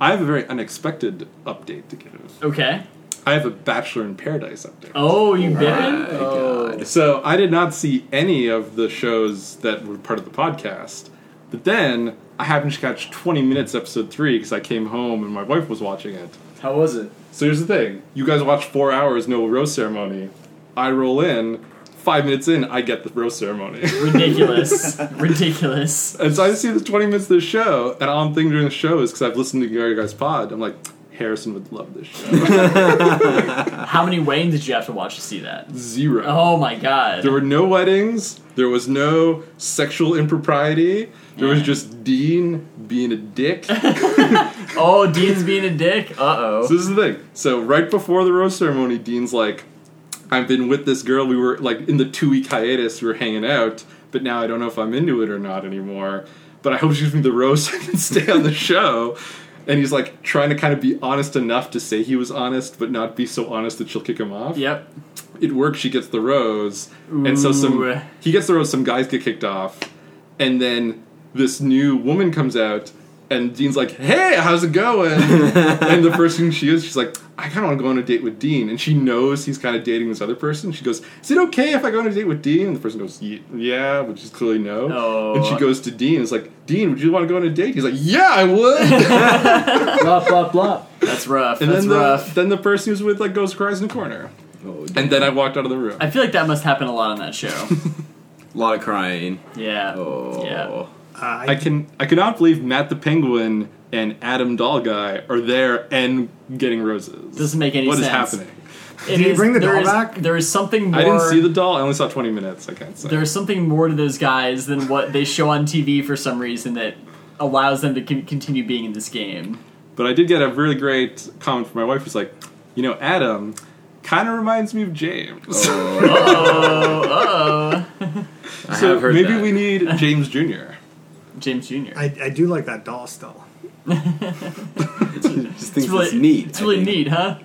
I have a very unexpected update to give.
Okay.
I have a Bachelor in Paradise update.
Oh, you bipping?
My God.
So I did not see any of the shows that were part of the podcast. But then I happened to catch 20 minutes episode 3 because I came home and my wife was watching it.
How was it?
So here's the thing you guys watch four hours, no rose ceremony. I roll in, five minutes in, I get the rose ceremony.
Ridiculous. Ridiculous.
And so I see the 20 minutes of the show, and all I'm thinking during the show is because I've listened to your guys' pod, I'm like, Harrison would love this show.
How many weddings did you have to watch to see that?
Zero.
Oh my god.
There were no weddings, there was no sexual impropriety, there was
Yeah.
just Dean being a dick. so
Oh, Dean's being a dick. Uh oh.
this is the thing. So right before the rose ceremony, Dean's like, I've been with this girl, we were like in the two week hiatus, we were hanging out, but now I don't know if I'm into it or not anymore. But I hope she gives me the rose so I can stay on the show. And he's like trying to kind of be honest enough to say he was honest, but not be so honest that she'll kick him off.
Yep.
it works. She gets the rose, and so some
Ooh.
he gets the rose. Some guys get kicked off, and then this new woman comes out, and Dean's like, "Hey, how's it going?" and the first thing she is, she's like, "I kind of want to go on a date with Dean," and she knows he's kind of dating this other person. She goes, "Is it okay if I go on a date with Dean?" And the person goes, "Ye- "Yeah," which is clearly no.
Oh.
And she goes to Dean, and is like, "Dean, would you want to go on a date?" He's like, "Yeah, I would."
Blop blop blop.
That's rough.
and
That's
then the,
rough.
then the person who's with like goes cries in the corner,
Oh,
and then I walked out of the room.
I feel like that must happen a lot on that show.
a lot of crying.
Yeah.
Oh.
Yeah.
Uh, I,
I can I cannot believe Matt the Penguin and Adam Doll Guy are there and getting roses.
Doesn't make any
What is
sense.
happening?
It
you
is-
bring the
there
doll
is-
back?
There is something more.
I didn't see the doll. I only saw twenty minutes. I can't say.
There's something more to those guys than what they show on TV for some reason that allows them to con- continue being in this game.
But I did get a really great comment from my wife. Who's like, you know, Adam kind of reminds me of James.
Oh. I
so
have heard
maybe
that.
we need James Jr.
James Jr.
I, I do like that doll still.
just think
it's really
it's neat.
It's
I
really
think.
neat, huh?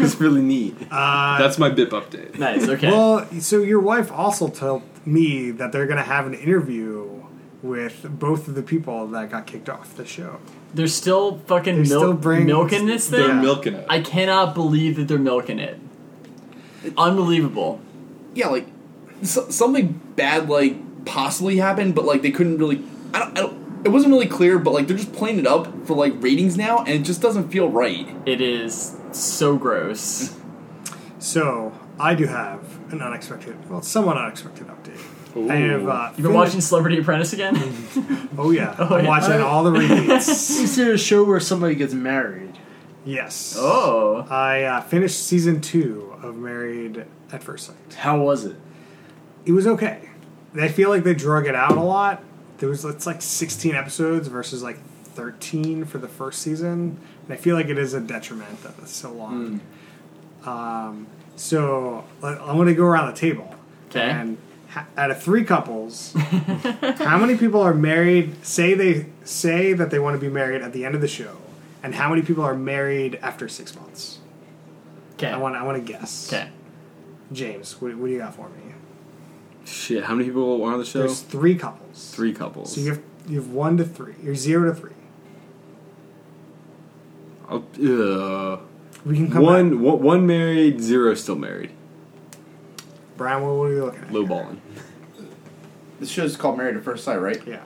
It's really neat.
Uh,
That's my bip update.
Nice. Okay.
Well, so your wife also told me that they're going to have an interview with both of the people that got kicked off the show.
they're still fucking milk,
They're still bringing-
milking this
They're
thing.
milking it.
I cannot believe that they're milking it. Unbelievable.
Yeah, like so, something bad like possibly happened, but like they couldn't really. I don't, I don't. It wasn't really clear, but like they're just playing it up for like ratings now, and it just doesn't feel right.
It is so gross.
So I do have an unexpected, well, somewhat unexpected update. I have, uh,
You've been
finished-
watching Celebrity Apprentice again?
Oh yeah, I'm
yeah.
watching all the repeats.
Is it a show where somebody gets married?
yes.
oh.
I uh, finished season two of Married at First Sight.
How was it?
It was okay. I feel like they drug it out a lot. There was it's like 16 episodes versus like 13 for the first season, and I feel like it is a detriment that it's so long. Um, so let- I'm going to go around the table.
'Kay.
And ha- out of three couples, how many people are married? Say they say that they want to be married at the end of the show, and how many people are married after six months?
Okay.
I want. I want to guess.
Okay.
James, what, what do you got for me?
Shit, how many people were on the show?
There's three couples.
Three couples.
So you have you have one to three. You're zero to three.
I'll-
We can
uh,
come back.
Oh, one, one, one married, zero still married.
Brian, what what are you looking at?
Low balling.
This show's called Married at First Sight, right?
Yeah.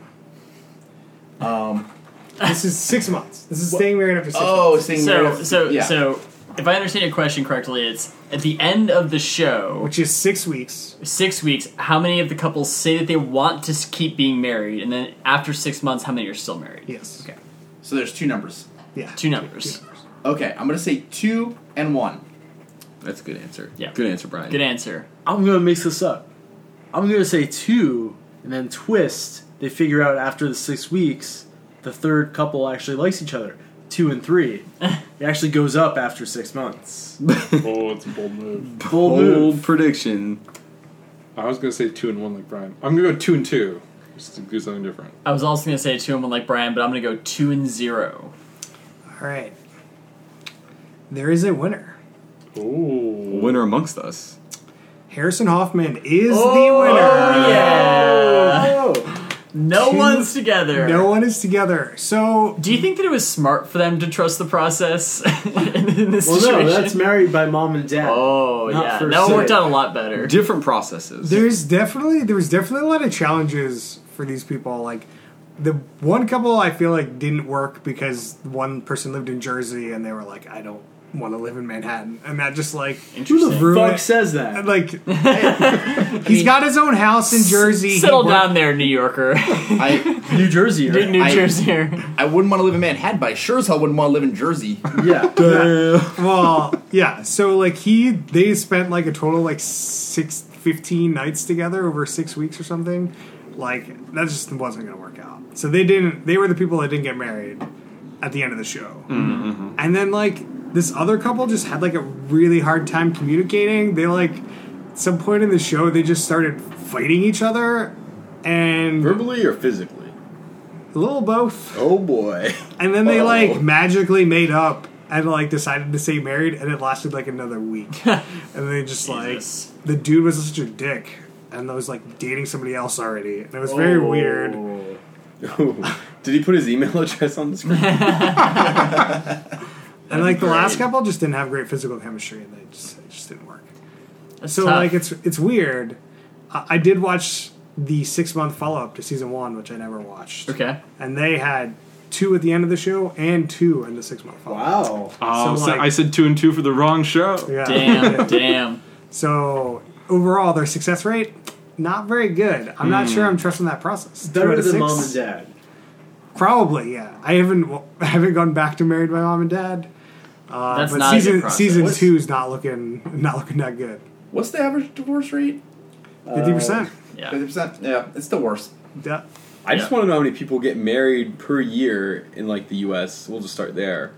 Um, this is six months. This is staying married after six
Oh,
months.
seeing Married
So
at-
so
yeah.
so if I understand your question correctly, it's at the end of the show,
which is six weeks.
six weeks. How many of the couples say that they want to s- keep being married, and then after six months, how many are still married?
Yes.
Okay.
So there's two numbers.
Yeah.
Two numbers.
Okay, I'm gonna say two and one.
That's a good answer.
Yeah.
Good answer, Brian.
Good answer.
I'm gonna mix this up. I'm gonna say two, and then twist. They figure out after the six weeks, the third couple actually likes each other. Two and three. it actually goes up after six months.
Oh, it's a bold move.
Bold
Bold
move.
prediction.
I was going to say two and one like Brian. I'm going to go two and two. Just to do something different.
I was also gonna say two and one like Brian, but I'm gonna go two and zero.
All right. There is a winner.
Oh.
Winner amongst us.
Harrison Hoffman is
Oh,
the winner.
No
Two-
Oh, one's together.
No one is together. So
Do you think that it was smart for them to trust the process in, in this
Well,
situation?
no, that's married by mom and dad.
oh
Not
yeah,
for
that one worked
sale.
out a lot better.
Different processes.
there's definitely there was definitely a lot of challenges for these people. Like the one couple I feel like didn't work because one person lived in Jersey and they were like, I don't want to live in Manhattan, and that just like
Who the
Interesting.
Ruin-
fuck says that?
like he's got his own house in Jersey. He
Settle
worked-
down there, New Yorker,
I
New Jersey, right?
New
I-
Jersey.
I wouldn't want to live in Manhattan, but I sure as hell wouldn't want to live in Jersey.
yeah.
Well, yeah. So like he they spent like a total like six, 15 nights together over six weeks or something. Like that just wasn't gonna work out. So they didn't. They were the people that didn't get married at the end of the show. And then like this other couple just had like a really hard time communicating. They like at some point in the show they just started fighting each other and a
Verbally or physically?
little both.
Oh boy.
And then they
Oh.
like magically made up and like decided to stay married, and it lasted like another week. and they just
Jesus.
like the dude was such a dick, and was like dating somebody else already, and it was
Oh.
very weird.
Did he put his email address on the screen?
And like the last
great.
couple just didn't have great physical chemistry, and they just it just didn't work.
That's
so
tough.
like it's it's weird. I, I did watch the six month follow up to season one, which I never watched.
okay.
And they had two at the end of the show and two in the six month follow up.
Wow.
Oh,
So,
so
like-
I said two and two for the wrong show.
Yeah.
Damn, damn.
So overall, their success rate not very good. I'm not sure. I'm trusting that process. Two
Better
out of
than
six?
mom and dad.
Probably, yeah. I haven't well, I haven't gone back to married by mom and dad. Uh,
That's
but
not a good
season
process.
season
What's-
two's not looking not looking that good.
What's the average divorce rate?
Fifty percent.
Yeah.
Fifty percent. Yeah, it's the worst.
Yeah.
I just want to know how many people get married per year in like the U.S. We'll just start there,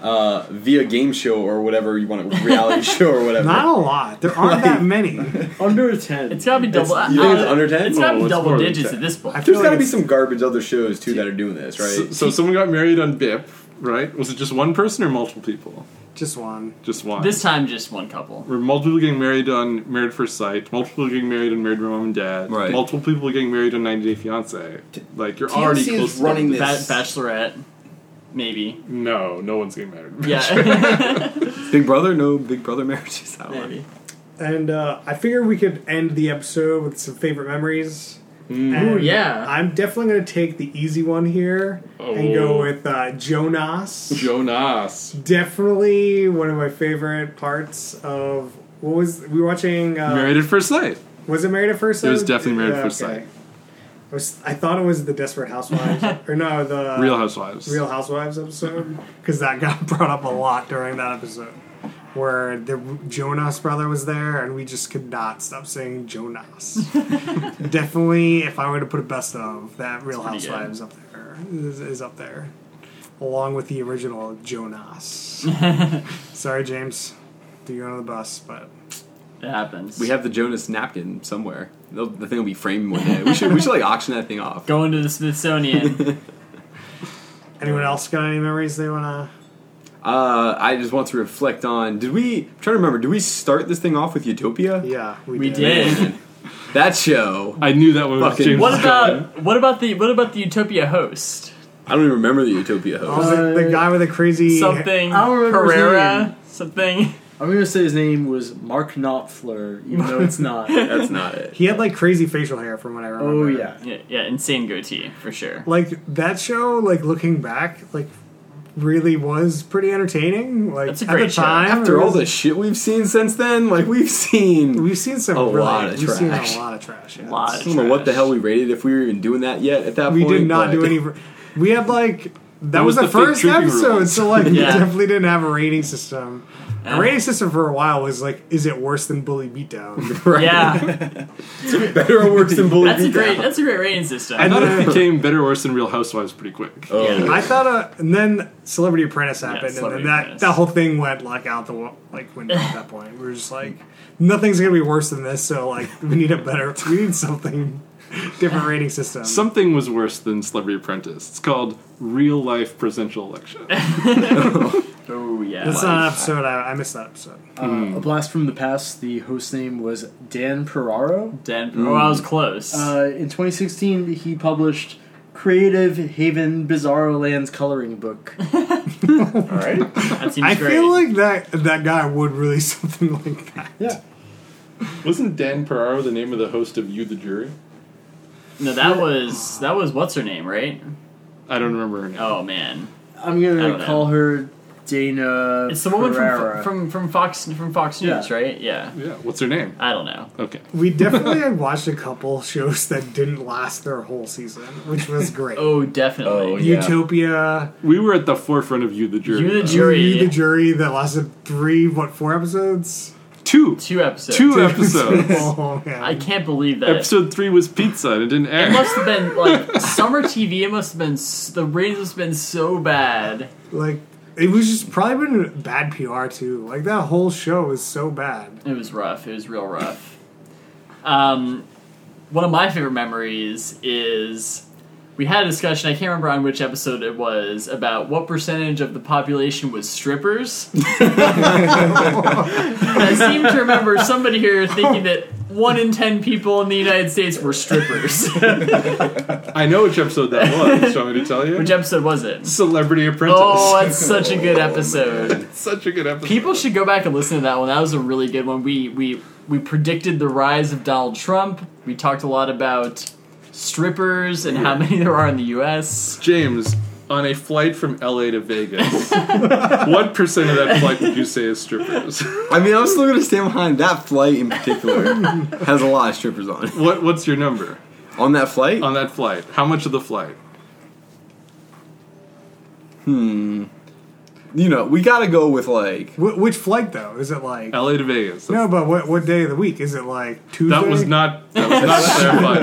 uh, via game show or whatever you want, to reality show or whatever.
Not a lot. There aren't that many.
Under ten.
It's gotta be double.
It's- you think it's
uh,
under 10?
It's gotta
Oh,
be
it's
double
more than
digits
10.
at this point.
I feel
There's
like
got to be
it's-
some garbage other shows too that are doing this,
So,
right?
so someone got married on BIP, right? Was it just one person or multiple people?
Just one.
Just one.
This time, just one couple.
We're multiple people getting married on Married at First Sight, multiple people getting married on Married by Mom and Dad,
Right.
multiple people getting married on 90 Day Fiance. Like you're already
TLC
close
is
to
running
Ba-
this.
bachelorette, maybe.
No, no one's getting married.
Yeah,
Big brother? No big brother marriages. That one.
maybe.
And uh, I figured we could end the episode with some favorite memories. And
Ooh, yeah.
I'm definitely going to take the easy one here and go
Oh.
with uh, Jonas.
Jonas.
definitely one of my favorite parts of what was we were watching uh,
married at First Sight.
was it married at first sight
It was definitely Married at
Yeah,
First
okay.
Sight.
I, was, I thought it was the desperate housewives or no the
Real Housewives.
Uh, Real Housewives episode because that got brought up a lot during that episode where the Jonas brother was there and we just could not stop saying Jonas. Definitely, if I were to put a best of that Real
pretty good.
Housewives up there is, is up there, along with the original Jonas. Sorry, James, do you on the bus? But
It happens.
We have the Jonas napkin somewhere. They'll- The thing will be framed one day. We should we should like auction that thing off.
going to the Smithsonian.
anyone else got any memories they wanna?
Uh, I just want to reflect on. Did we? I'm trying to remember. Did we start this thing off with Utopia?
Yeah, we,
we did.
That show.
I knew that one was
Fucking-
James.
What about what about the what about the Utopia host?
I don't even remember the Utopia host.
Was it the guy with the crazy
Something
I don't remember his name.
Carrera. Something.
I'm gonna say his name was Mark Knopfler, even though it's not.
Oh.
That's not it.
He had like crazy facial hair from what I remember.
oh yeah.
Yeah, yeah, insane goatee for sure.
like that show like looking back like really was pretty entertaining. Like
That's
at
a great
the
show.
time,
After
it
all
was-
the shit we've seen since then, like we've seen.
we've seen some
A
really,
lot of
we've seen
trash.
a lot of trash. Yeah.
lot
I
of
don't know what the
trash.
hell we rated if we were even doing that yet at that
We
point.
did not
but-
do any. We had like that
It
was,
was
the,
the fake
first
trooping
episode,
rules.
so like we
Yeah.
definitely didn't have a rating system.
Yeah.
Our rating system for a while was like, is it worse than Bully Beatdown?
Right.
Yeah,
Better or worse than Bully
that's a
Beatdown.
great that's a great rating system.
I thought it
Yeah.
became better or worse than Real Housewives pretty quick.
yeah.
I thought, uh, and then Celebrity Apprentice happened, and
Celebrity
then that
Apprentice.
that whole thing went like out the wa- like window at that point. We were just like, nothing's gonna be worse than this, so like we need a better, we need something different rating system.
Something was worse than Celebrity Apprentice. It's called Real Life Presidential Election.
oh yeah.
That's not an episode. I, I missed that episode.
Uh, a blast from the past. The host name was Dan Ferraro.
Dan. Oh, I was close.
Uh, in 2016, he published Creative Haven Bizarro Lands coloring book.
All right.
that seems
I
great.
feel like that that guy would release something like that.
Yeah,
Wasn't Dan Ferraro the name of the host of You the Jury?
no, that was that was what's her name, right?
I don't remember her name.
Oh man,
I'm
I
gonna
don't
call her Dana.
it's the woman
Ferrara.
from, from from Fox from Fox News,
Yeah.
right? Yeah.
Yeah, what's her name?
I don't know.
Okay.
We definitely had watched a couple shows that didn't last their whole season, which was great.
Oh, definitely.
Oh, yeah.
Utopia,
We were at the forefront of You the Jury.
You Oh, the
though.
Ju- Jury.
You, the jury that lasted three, what, four episodes?
Two.
Two episodes.
Two episodes.
Oh man,
I can't believe that.
Episode three was pizza and it didn't air.
It must have been like summer TV. It must have been s- the ratings must have been so bad.
like it was just probably been bad PR too. Like that whole show was so bad.
It was rough. It was real rough. Um, one of my favorite memories is we had a discussion. I can't remember on which episode it was about what percentage of the population was strippers. And I seem to remember somebody here thinking that one in ten people in the United States were strippers.
I know which episode that was. Do you want me to tell you?
which episode was it?
Celebrity Apprentice.
Oh, that's such a good episode.
Such a good episode.
People should go back and listen to that one. That was a really good one. We we we predicted the rise of Donald Trump. We talked a lot about strippers and how many there are in the U.S.
James, on a flight from LA to Vegas, what percent of that flight would you say is strippers?
I mean, I'm still gonna stand behind that flight in particular. has a lot of strippers on it.
what What's your number
On that flight,
on that flight? How much of the flight?
you know, we gotta go with like
Wh- which flight though? Is it like
LA to Vegas.
no? But what what day of the week is it? Like Tuesday?
That was not that was not clarified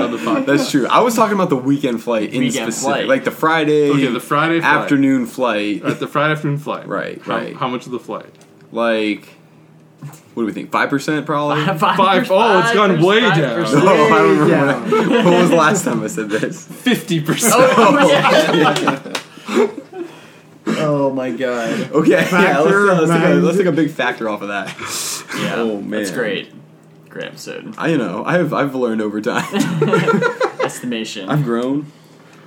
on the podcast.
That's true. I was talking about the weekend flight in
Weekend
specific,
flight.
like the Friday,
Okay, the Friday flight. Uh,
afternoon flight.
At the Friday afternoon flight.
Right,
How,
right.
How much of the flight?
Like, what do we think? Five percent, probably.
Five,
Five- oh, it's gone way down.
No,
percent.
I don't remember.
Yeah.
When I, what was the last time I said this?
Fifty percent.
Oh, yeah.
Oh my god.
Okay, yeah, let's,
Factor
uh, let's, take a,
nine.
let's take a big factor off of that.
Yeah,
Oh, man.
that's great. Great episode.
I you know I've I've learned over time.
Estimation.
I've grown.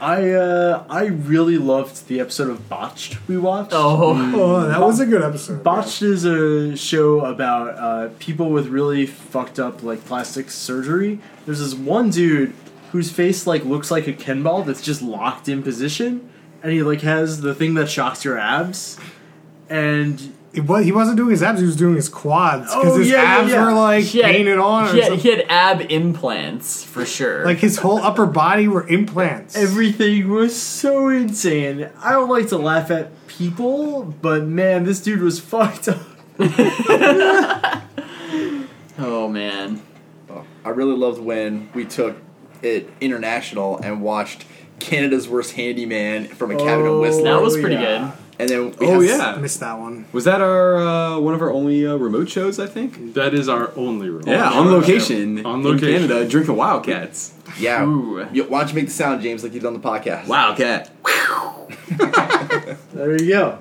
I uh, I really loved the episode of Botched we watched.
oh,
Oh, that was a good episode.
Botched is a show about uh, people with really fucked up like plastic surgery. There's this one dude whose face like looks like a Ken ball that's just locked in position, and he like has the thing that shocks your abs, and
It was, he wasn't doing his abs; he was doing his quads because
Oh,
his
yeah, yeah,
abs
yeah.
were like
he had,
painted on. Or
He had,
something.
he had ab implants for sure.
like his whole upper body were implants.
everything was so insane. I don't like to laugh at people, but man, this dude was fucked up.
oh man.
I really loved when we took it international and watched Canada's Worst Handyman from a cabin in
Oh.
Whistler.
That was pretty
yeah.
good.
and then we
Oh
had-
I
yeah,
missed that one.
was that our uh, one of our only uh, remote shows? I think.
That is our only rule.
Yeah, on location,
Mm-hmm. On
in
location.
Canada, drinking Wildcats.
yeah.
Ooh.
Yo, why don't you make the sound, James, like you did on the podcast?
Wildcat.
There you go.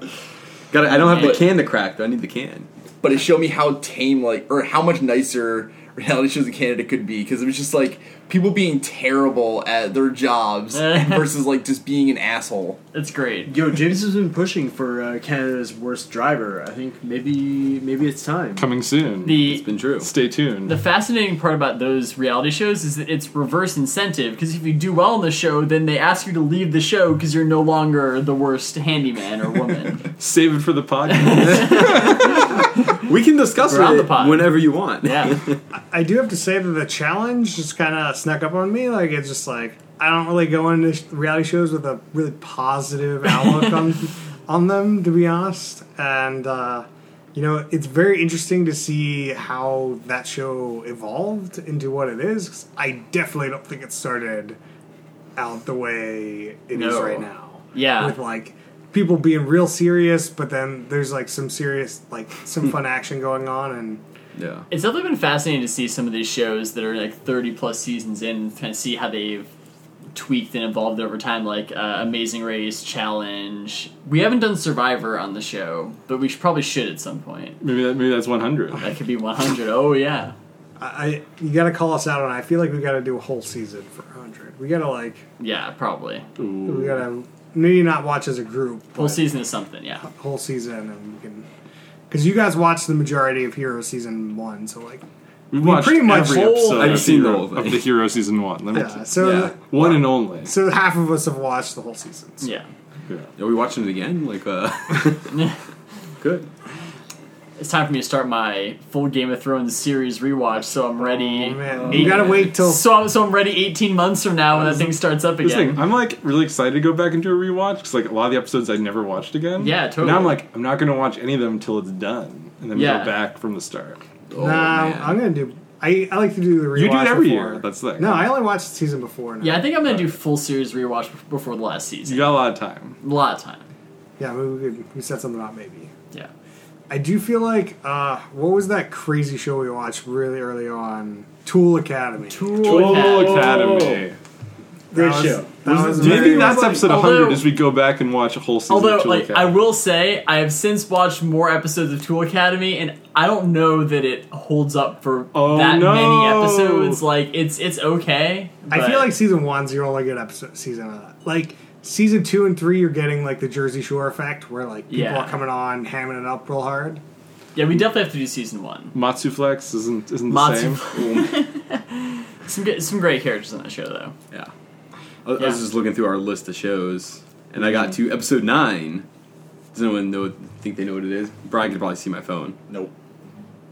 Got I don't have the
But-
can to crack. though. I need the can.
But it showed me how tame, like, or how much nicer reality shows in Canada could be because it was just like people being terrible at their jobs versus like just being an asshole.
It's great.
Yo, James has been pushing for uh, Canada's worst driver. I think maybe maybe it's time.
Coming soon.
The
It's been true.
Stay tuned.
The fascinating part about those reality shows is that it's reverse incentive because if you do well in the show, then they ask you to leave the show because you're no longer the worst handyman or woman.
Save it for the podcast.
We can discuss
We're on the
it
pod.
whenever you want.
yeah,
I do have to say that the challenge just kind of snuck up on me. Like it's just like I don't really go into sh- reality shows with a really positive outlook on on them, to be honest. And uh, you know, it's very interesting to see how that show evolved into what it is. 'cause I definitely don't think it started out the way it is
No.
right now.
Yeah.
with like people being real serious, but then there's like some serious, like some fun action going on, and
Yeah.
it's definitely been fascinating to see some of these shows that are like 30 plus seasons in and kind of see how they've tweaked and evolved over time, like uh, Amazing Race, Challenge. We haven't done Survivor on the show, but we should, probably should at some point.
maybe that, maybe that's 100.
That could be 100. Oh yeah.
I you gotta call us out on. it. I feel like we gotta do a whole season for hundred. We gotta like
Yeah, probably.
we gotta maybe not watch as a group
Whole
but
season is something, yeah.
whole season, and we can because you guys watched the majority of Hero season one, so like
We've watched
pretty much
every
whole-
episode
I've
of,
seen the
Hero,
whole thing.
of the Hero season one. Let me
yeah,
just-
so
yeah.
one and only.
so half of us have watched the whole season. so-
Yeah.
Are we watching it again? Like, uh, good.
It's time for me to start my full Game of Thrones series rewatch, so I'm ready.
Oh, man, you gotta wait till
So I'm, so I'm ready 18 months from now when that thing starts up
This
again.
thing, I'm like really excited to go back and do a rewatch because like a lot of the episodes I never watched again.
Yeah, totally.
Now I'm like, I'm not going to watch any of them until it's done, and then
Yeah.
go back from the start.
Oh,
no,
man.
I'm gonna do. I, I like to do the rewatch.
You do it every
before.
year. That's the thing.
No, I only watched the season before. Now.
Yeah, I think I'm gonna do full series rewatch bef- before the last
you
season.
got a lot of time.
A lot of time.
yeah, maybe we could we set something up maybe.
Yeah.
I do feel like uh, what was that crazy show we watched really early on? Tool Academy.
Troll
Academy.
Academy.
Great
show.
That was
Do you
very-
think that's episode
although-
100 as we go back and watch a whole season
Although,
of Tool
like, I
Academy?
will say, I have since watched more episodes of Tool Academy, and I don't know that it holds up for
Oh,
that many
no.
episodes. Like, it's it's okay.
I feel
but-
like season one's your only good episode season of that. Like season two and three, you're getting like the Jersey Shore effect, where like people
Yeah.
are coming on hamming it up real hard.
yeah, we definitely have to do season one.
Matsuflex isn't isn't the
Matsu-
same.
Some good, some great characters in that show, though.
Yeah. I, I
Yeah.
was just looking through our list of shows, and I
Mm.
got to episode nine. Does anyone know? Think they know what it is? Brian
Mm.
could probably see my phone.
Nope.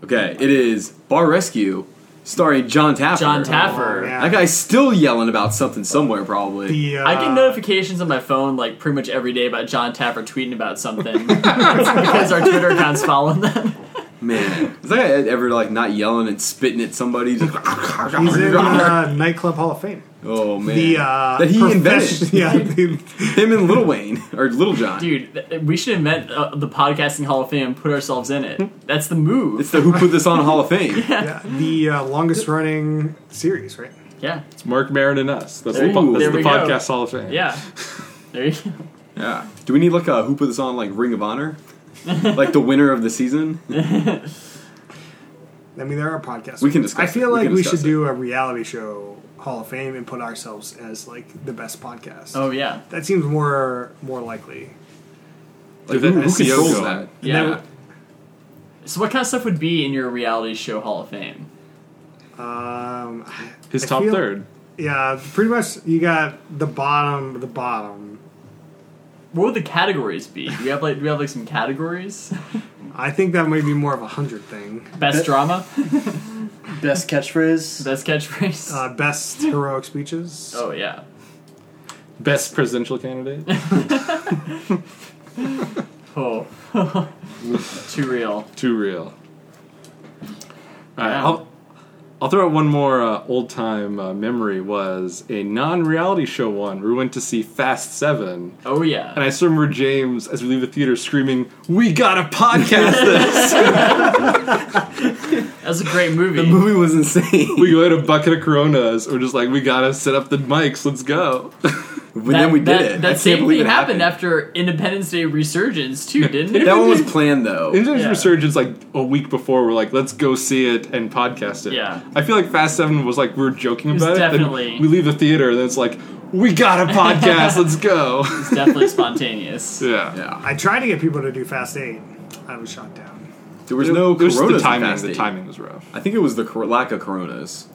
Okay, it is Bar Rescue, starring John Taffer.
John
Oh,
Taffer.
Yeah.
That guy's still yelling about something somewhere, probably.
The uh,
I get notifications on my phone like pretty much every day about John Taffer tweeting about something because our Twitter account's following them.
Man, is that guy ever like not yelling and spitting at somebody? Just
He's in uh, nightclub Hall of Fame.
oh man,
The uh,
that he
profession-
invented.
Yeah, the,
Him and Little Wayne or Little John.
Dude, th- we should invent uh, the podcasting Hall of Fame and put ourselves in it. That's the
It's
move.
the Who Put This On Hall of Fame.
yeah, the uh, longest running series, right?
Yeah,
It's Mark Maron and us. That's the,
Ooh.
po-
There
that's the
we go.
podcast Hall of Fame.
yeah. There you go.
Yeah. Do we need like a Who Put This On like Ring of Honor? like the winner of the season?
I mean, there are podcasts.
We can discuss
I feel
it. We
like
can
we,
discuss
should
it.
do a reality show Hall of Fame and put ourselves as like the best podcast.
Oh yeah,
That seems more more likely.
Like,
that E
who, who
SEO
controls
going.
that?
yeah. so what kind of stuff would be in your reality show Hall of Fame?
Um,
His
I
top
feel-
third.
yeah, pretty much. You got the bottom, the bottom.
What would the categories be? Do we have like do we have like some categories?
I think that might be more of a hundred thing.
Best drama,
Best catchphrase.
best catchphrase.
Uh, best heroic speeches.
oh yeah.
Best presidential candidate.
Oh, too real.
Too real. All right,
Yeah.
I'll, I'll throw out one more uh, old time uh, memory was a non reality show one where we went to see Fast Seven,
Oh yeah.
and I still remember James as we leave the theater screaming, "We got to podcast this!"
That's a great movie.
The movie was insane.
we go get a bucket of Coronas, or just like, "We got to set up the mics. Let's go."
But then we did
that,
it.
That
I can't
same
believe
thing
it happened.
after Independence Day resurgence too, didn't it?
That one was planned though.
Internet
Yeah.
Resurgence, like a week before, we're like, let's go see it and podcast it.
Yeah.
I feel like Fast Seven was like, we are joking
was
about it. then
definitely-
we leave the theater, and it's like, we got a podcast. let's go.
It's definitely spontaneous.
yeah.
Yeah.
I tried to get people to do Fast Eight. I was shot down.
There was no
it was just
coronas
the
in
timing.
Fast
The
Eight.
timing was rough.
I think it was the cor- lack of coronas.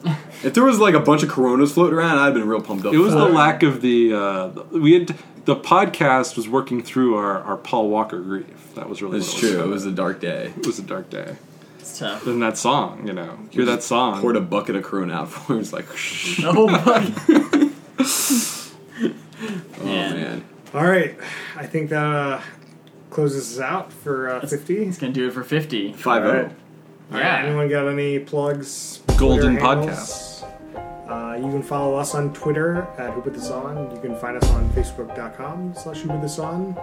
if there was like a bunch of coronas floating around, I'd have been real pumped up.
It was
for
the lack of the uh, we had the podcast was working through our, our Paul Walker grief. That was really
It's
what it was
true. It
about.
was a dark day.
It was a dark day.
It's tough.
And that song, you know, hear that song.
Poured a bucket of corona out for him. It's like, oh
The whole book.
man.
All right, I think that uh, closes us out for uh, fifty.
He's gonna do it for fifty.
Five oh. zero.
Yeah.
Anyone got any plugs?
Golden
Twitter handles? Uh, you can follow us on Twitter at Who Put This On. You can find us on Facebook.com slash Who Put This On.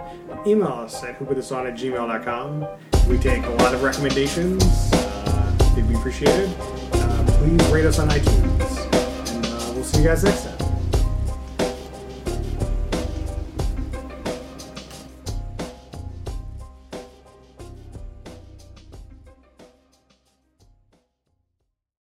Email us at Who Put This On at gmail.com. We take a lot of recommendations. Um, Uh, they'd be appreciated. Uh, please rate us on iTunes. And uh, we'll see you guys next